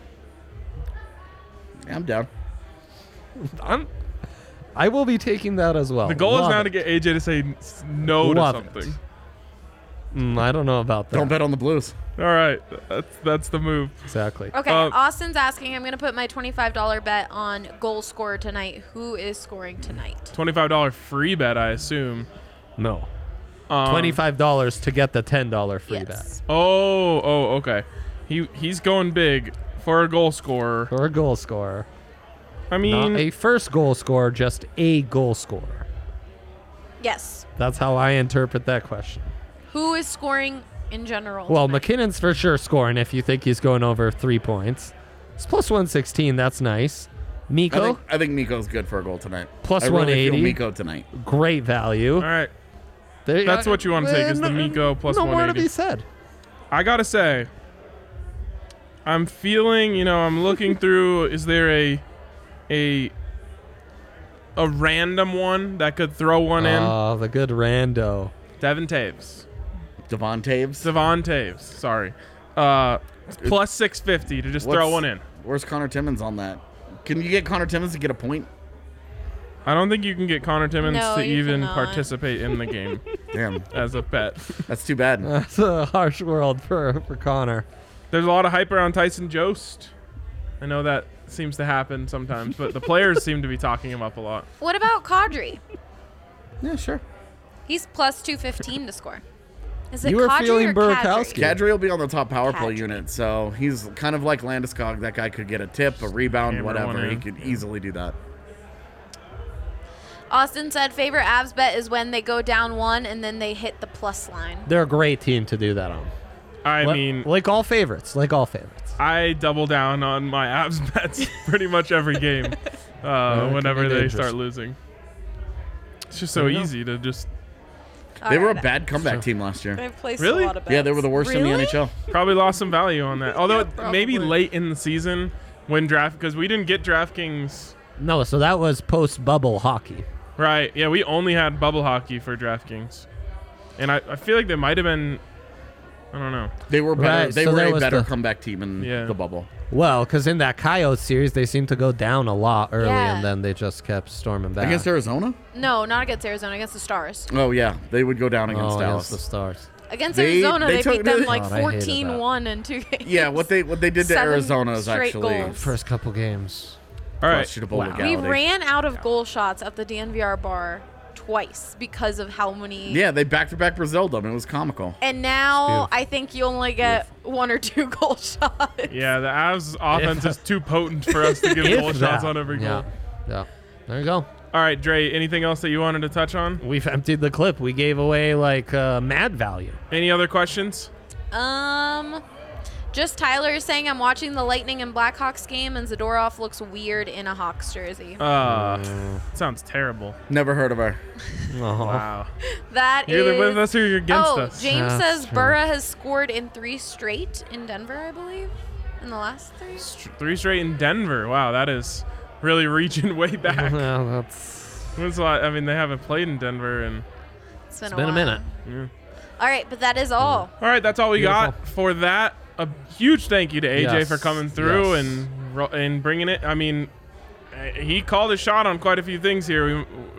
Speaker 2: Yeah, I'm down.
Speaker 3: I'm, I will be taking that as well.
Speaker 1: The goal is
Speaker 3: Love
Speaker 1: now
Speaker 3: it.
Speaker 1: to get AJ to say s- no
Speaker 3: Love
Speaker 1: to
Speaker 3: it.
Speaker 1: something.
Speaker 3: Mm, I don't know about that.
Speaker 2: Don't bet on the Blues.
Speaker 1: All right, that's that's the move.
Speaker 3: Exactly.
Speaker 4: Okay,
Speaker 1: Uh,
Speaker 4: Austin's asking. I'm going to put my $25 bet on goal scorer tonight. Who is scoring tonight?
Speaker 1: Twenty-five dollar free bet, I assume.
Speaker 3: No.
Speaker 1: Um,
Speaker 3: Twenty-five dollars to get the ten dollar free
Speaker 4: yes.
Speaker 1: Oh, oh, okay. He he's going big for a goal scorer.
Speaker 3: bet or a goal scorer.
Speaker 1: I
Speaker 3: Not
Speaker 1: mean,
Speaker 3: a first goal scorer, just a goal scorer.
Speaker 4: Yes.
Speaker 3: That's how I interpret that question.
Speaker 4: Who is scoring in general?
Speaker 3: Well,
Speaker 4: tonight?
Speaker 3: McKinnon's for sure scoring if you think he's going over three points. It's plus 116. That's nice.
Speaker 2: I
Speaker 3: Miko,
Speaker 2: think, I think Miko's good for a goal tonight.
Speaker 3: Plus
Speaker 2: I really feel
Speaker 3: 180.
Speaker 2: Miko tonight.
Speaker 3: great value.
Speaker 1: all right.
Speaker 3: There-
Speaker 1: That's what you wanna take is the Miko plus
Speaker 3: no more to
Speaker 1: 180.
Speaker 3: be said.
Speaker 1: I gotta say, I'm feeling. You know, I'm looking through. Is there a a a random one that could throw one
Speaker 3: Oh, the good rando.
Speaker 1: in? Devin Taves,
Speaker 2: Devon Taves.
Speaker 1: Savon Taves. Sorry, uh, it's plus six fifty to just throw
Speaker 2: What's-
Speaker 1: one in.
Speaker 2: Where's Connor Timmins on that? Can you get Connor Timmins to get a point?
Speaker 1: I don't think you can get Connor Timmins
Speaker 4: No,
Speaker 1: to
Speaker 4: you
Speaker 1: even
Speaker 4: cannot.
Speaker 1: participate in the game
Speaker 2: Damn,
Speaker 1: as a bet.
Speaker 2: that's too bad.
Speaker 3: That's a harsh world for, for Connor.
Speaker 1: There's a lot of hype around Tyson Jost. I know that seems to happen sometimes, but the players seem to be talking him up a lot.
Speaker 4: what about Kadri?
Speaker 2: yeah, sure.
Speaker 4: He's plus 215 to score. Is it
Speaker 3: You were
Speaker 4: Kadri
Speaker 3: feeling
Speaker 4: or Kadri?
Speaker 3: Burakovsky.
Speaker 2: Kadri will be on the top power play
Speaker 4: Kadri.
Speaker 2: unit, so he's kind of like Landeskog. That guy could get a tip, a rebound,
Speaker 1: hammer one
Speaker 2: whatever. He
Speaker 1: in.
Speaker 2: could easily do that.
Speaker 4: Austin said favorite abs bet is when they go down one and then they hit the plus line.
Speaker 3: They're a great team to do that on.
Speaker 1: I
Speaker 3: Li-
Speaker 1: mean,
Speaker 3: like all favorites. Like all favorites.
Speaker 1: I double down on my abs bets pretty much every game uh,
Speaker 3: be
Speaker 1: whenever they
Speaker 3: dangerous.
Speaker 1: start losing. It's just so
Speaker 3: Fair enough.
Speaker 1: easy to just
Speaker 4: All Oh,
Speaker 2: they were a
Speaker 4: right.
Speaker 2: bad comeback team last year.
Speaker 5: I've placed
Speaker 1: Really?
Speaker 5: a lot of bets.
Speaker 2: Yeah, they were the worst in
Speaker 4: Really?
Speaker 2: the NHL.
Speaker 1: probably lost some value on that. Although
Speaker 4: Yeah,
Speaker 1: maybe
Speaker 4: probably.
Speaker 1: late in the season when draft because we didn't get DraftKings
Speaker 3: No, so that was post bubble hockey.
Speaker 1: Right. Yeah, we only had bubble hockey for DraftKings. And I, I feel like there might have been I don't know.
Speaker 2: They were better.
Speaker 3: Right,
Speaker 2: they
Speaker 3: so
Speaker 2: were
Speaker 3: that
Speaker 2: a
Speaker 3: was
Speaker 2: better
Speaker 3: the-
Speaker 2: comeback team in
Speaker 1: Yeah.
Speaker 2: the bubble.
Speaker 3: Well, because in that Coyotes series, they seemed to go down a lot early,
Speaker 4: Yeah.
Speaker 3: and then they just kept storming back.
Speaker 2: Against Arizona?
Speaker 4: No, not against Arizona, against the Stars.
Speaker 2: Oh yeah, they would go down against
Speaker 3: oh,
Speaker 2: Dallas.
Speaker 3: against the Stars.
Speaker 4: Against
Speaker 2: They-
Speaker 4: Arizona,
Speaker 2: they
Speaker 4: they,
Speaker 2: took-
Speaker 4: beat them like
Speaker 3: God, I hated that.
Speaker 4: 14 1 in two games.
Speaker 2: yeah, what they what they did to
Speaker 4: Seven
Speaker 2: Arizona is
Speaker 4: straight
Speaker 2: actually
Speaker 4: goals.
Speaker 3: First couple games.
Speaker 1: All right.
Speaker 2: questionable
Speaker 3: Wow.
Speaker 4: We
Speaker 2: legality.
Speaker 4: ran out of goal shots at the DNVR bar twice because of how many.
Speaker 2: yeah, they back to back Braziled them. It was comical.
Speaker 4: And now
Speaker 3: Beautiful.
Speaker 4: I think you only get one or two goal shots.
Speaker 1: Yeah, the Avs offense is too potent for us to give
Speaker 3: If
Speaker 1: goal shots
Speaker 3: that.
Speaker 1: on every
Speaker 3: yeah.
Speaker 1: goal.
Speaker 3: Yeah. There you go.
Speaker 1: All right, Dre, anything else that you wanted to touch on?
Speaker 3: We've emptied the clip. We gave away like uh, mad value.
Speaker 1: Any other questions?
Speaker 4: Um, just Tyler is saying I'm watching the Lightning and Blackhawks game, and Zadorov looks weird in a Hawks jersey.
Speaker 1: Uh
Speaker 3: Mm.
Speaker 1: sounds terrible.
Speaker 2: Never heard of her.
Speaker 1: Wow.
Speaker 4: That
Speaker 1: You're either
Speaker 4: is-
Speaker 1: with us or you're against
Speaker 4: oh,
Speaker 1: us.
Speaker 4: James
Speaker 3: That's
Speaker 4: says
Speaker 3: true.
Speaker 4: Burra has scored in three straight in Denver, I believe, in the last three.
Speaker 1: Three straight in Denver. Wow, that is really reaching way back.
Speaker 3: Well, that's
Speaker 1: That's a lot- I mean, they haven't played in Denver and
Speaker 4: It's been,
Speaker 3: it's been a
Speaker 4: while.
Speaker 3: minute.
Speaker 4: All right, but that
Speaker 1: Mm.
Speaker 4: is all.
Speaker 1: All right, that's all we got
Speaker 3: Beautiful.
Speaker 1: for that. A huge thank you to AJ
Speaker 3: Yes,
Speaker 1: for coming through
Speaker 3: yes.
Speaker 1: and ro- and bringing it. I mean, uh, he called a shot on quite a few things here.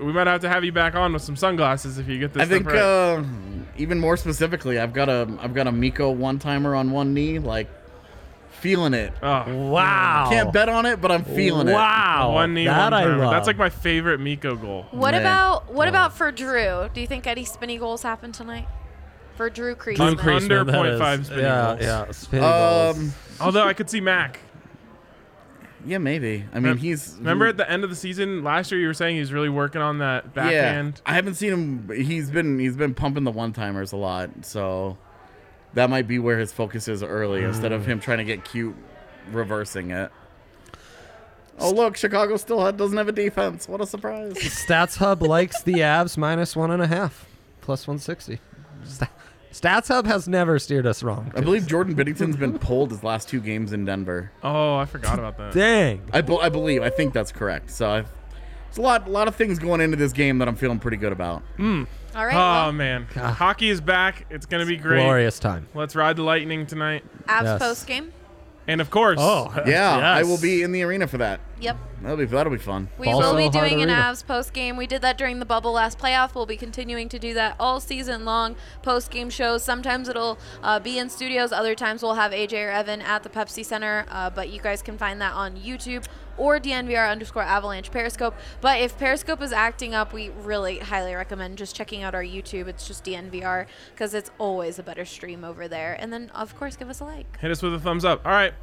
Speaker 1: We, we might have to have you back on with some sunglasses if you get this.
Speaker 2: I think
Speaker 1: stuff right.
Speaker 2: uh, even more specifically, I've got a I've got a Miko one timer on one knee, like feeling it.
Speaker 1: Oh,
Speaker 3: Wow.
Speaker 2: Can't bet on it, but I'm feeling it.
Speaker 3: Wow.
Speaker 1: one knee,
Speaker 3: that
Speaker 1: one
Speaker 3: I
Speaker 1: timer.
Speaker 3: love.
Speaker 1: That's like my favorite Miko goal.
Speaker 4: What
Speaker 2: Yeah.
Speaker 4: about what about for Drew? Do you think any spinny goals happen tonight for Drew Crease?
Speaker 1: Drew Crease.
Speaker 3: Creasman,
Speaker 1: under
Speaker 3: that
Speaker 1: 0.5
Speaker 3: is-
Speaker 1: spinning
Speaker 3: yeah,
Speaker 1: goals.
Speaker 3: Yeah, spinning
Speaker 2: Um,
Speaker 3: goals.
Speaker 1: Although I could see Mac.
Speaker 2: yeah, maybe. I mean,
Speaker 1: Rem-
Speaker 2: he's
Speaker 3: Mm-hmm.
Speaker 1: Remember at the end of the season last year, you were saying he's really working on that backhand.
Speaker 2: I haven't seen him. He's been he's been pumping the one timers a lot, so that might be where his focus is early instead of him
Speaker 1: Mm.
Speaker 2: trying to get cute, reversing it. Oh look, Chicago still ha- doesn't have a defense. What a surprise!
Speaker 3: Stats Hub likes the Avs minus one and a half, plus 160. Sta- Stats Hub has never steered us wrong.
Speaker 2: I believe Jordan Binnington's been pulled his last two games in Denver.
Speaker 1: Oh, I forgot about that.
Speaker 3: Dang.
Speaker 2: I, bel I believe I think that's correct. So i it's a lot lot of things going into this game that I'm feeling pretty good about.
Speaker 4: All
Speaker 1: Oh
Speaker 4: right, well,
Speaker 1: man, hockey is back. It's gonna be great.
Speaker 3: Glorious time.
Speaker 1: Let's ride the lightning tonight,
Speaker 4: abs
Speaker 3: Yes.
Speaker 4: post game.
Speaker 1: and of course,
Speaker 3: Oh,
Speaker 2: Yeah, I
Speaker 3: yes.
Speaker 2: will be in the arena for that.
Speaker 4: Yep.
Speaker 2: That'll be that'll be fun.
Speaker 4: We
Speaker 3: Also
Speaker 4: will be
Speaker 3: hard
Speaker 4: doing an
Speaker 3: arena.
Speaker 4: Avs post game. We did that during the bubble last playoff. We'll be continuing to do that all season long. Post game shows. Sometimes it'll uh, be in studios. Other times we'll have AJ or Evan at the Pepsi Center. Uh, but you guys can find that on YouTube or DNVR underscore Avalanche Periscope. But if Periscope is acting up, we really highly recommend just checking out our YouTube. It's just DNVR because it's always a better stream over there. And then of course give us a like.
Speaker 1: Hit us with a thumbs up. All right.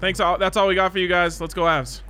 Speaker 1: Thanks all. That's all we got for you guys. Let's go Avs.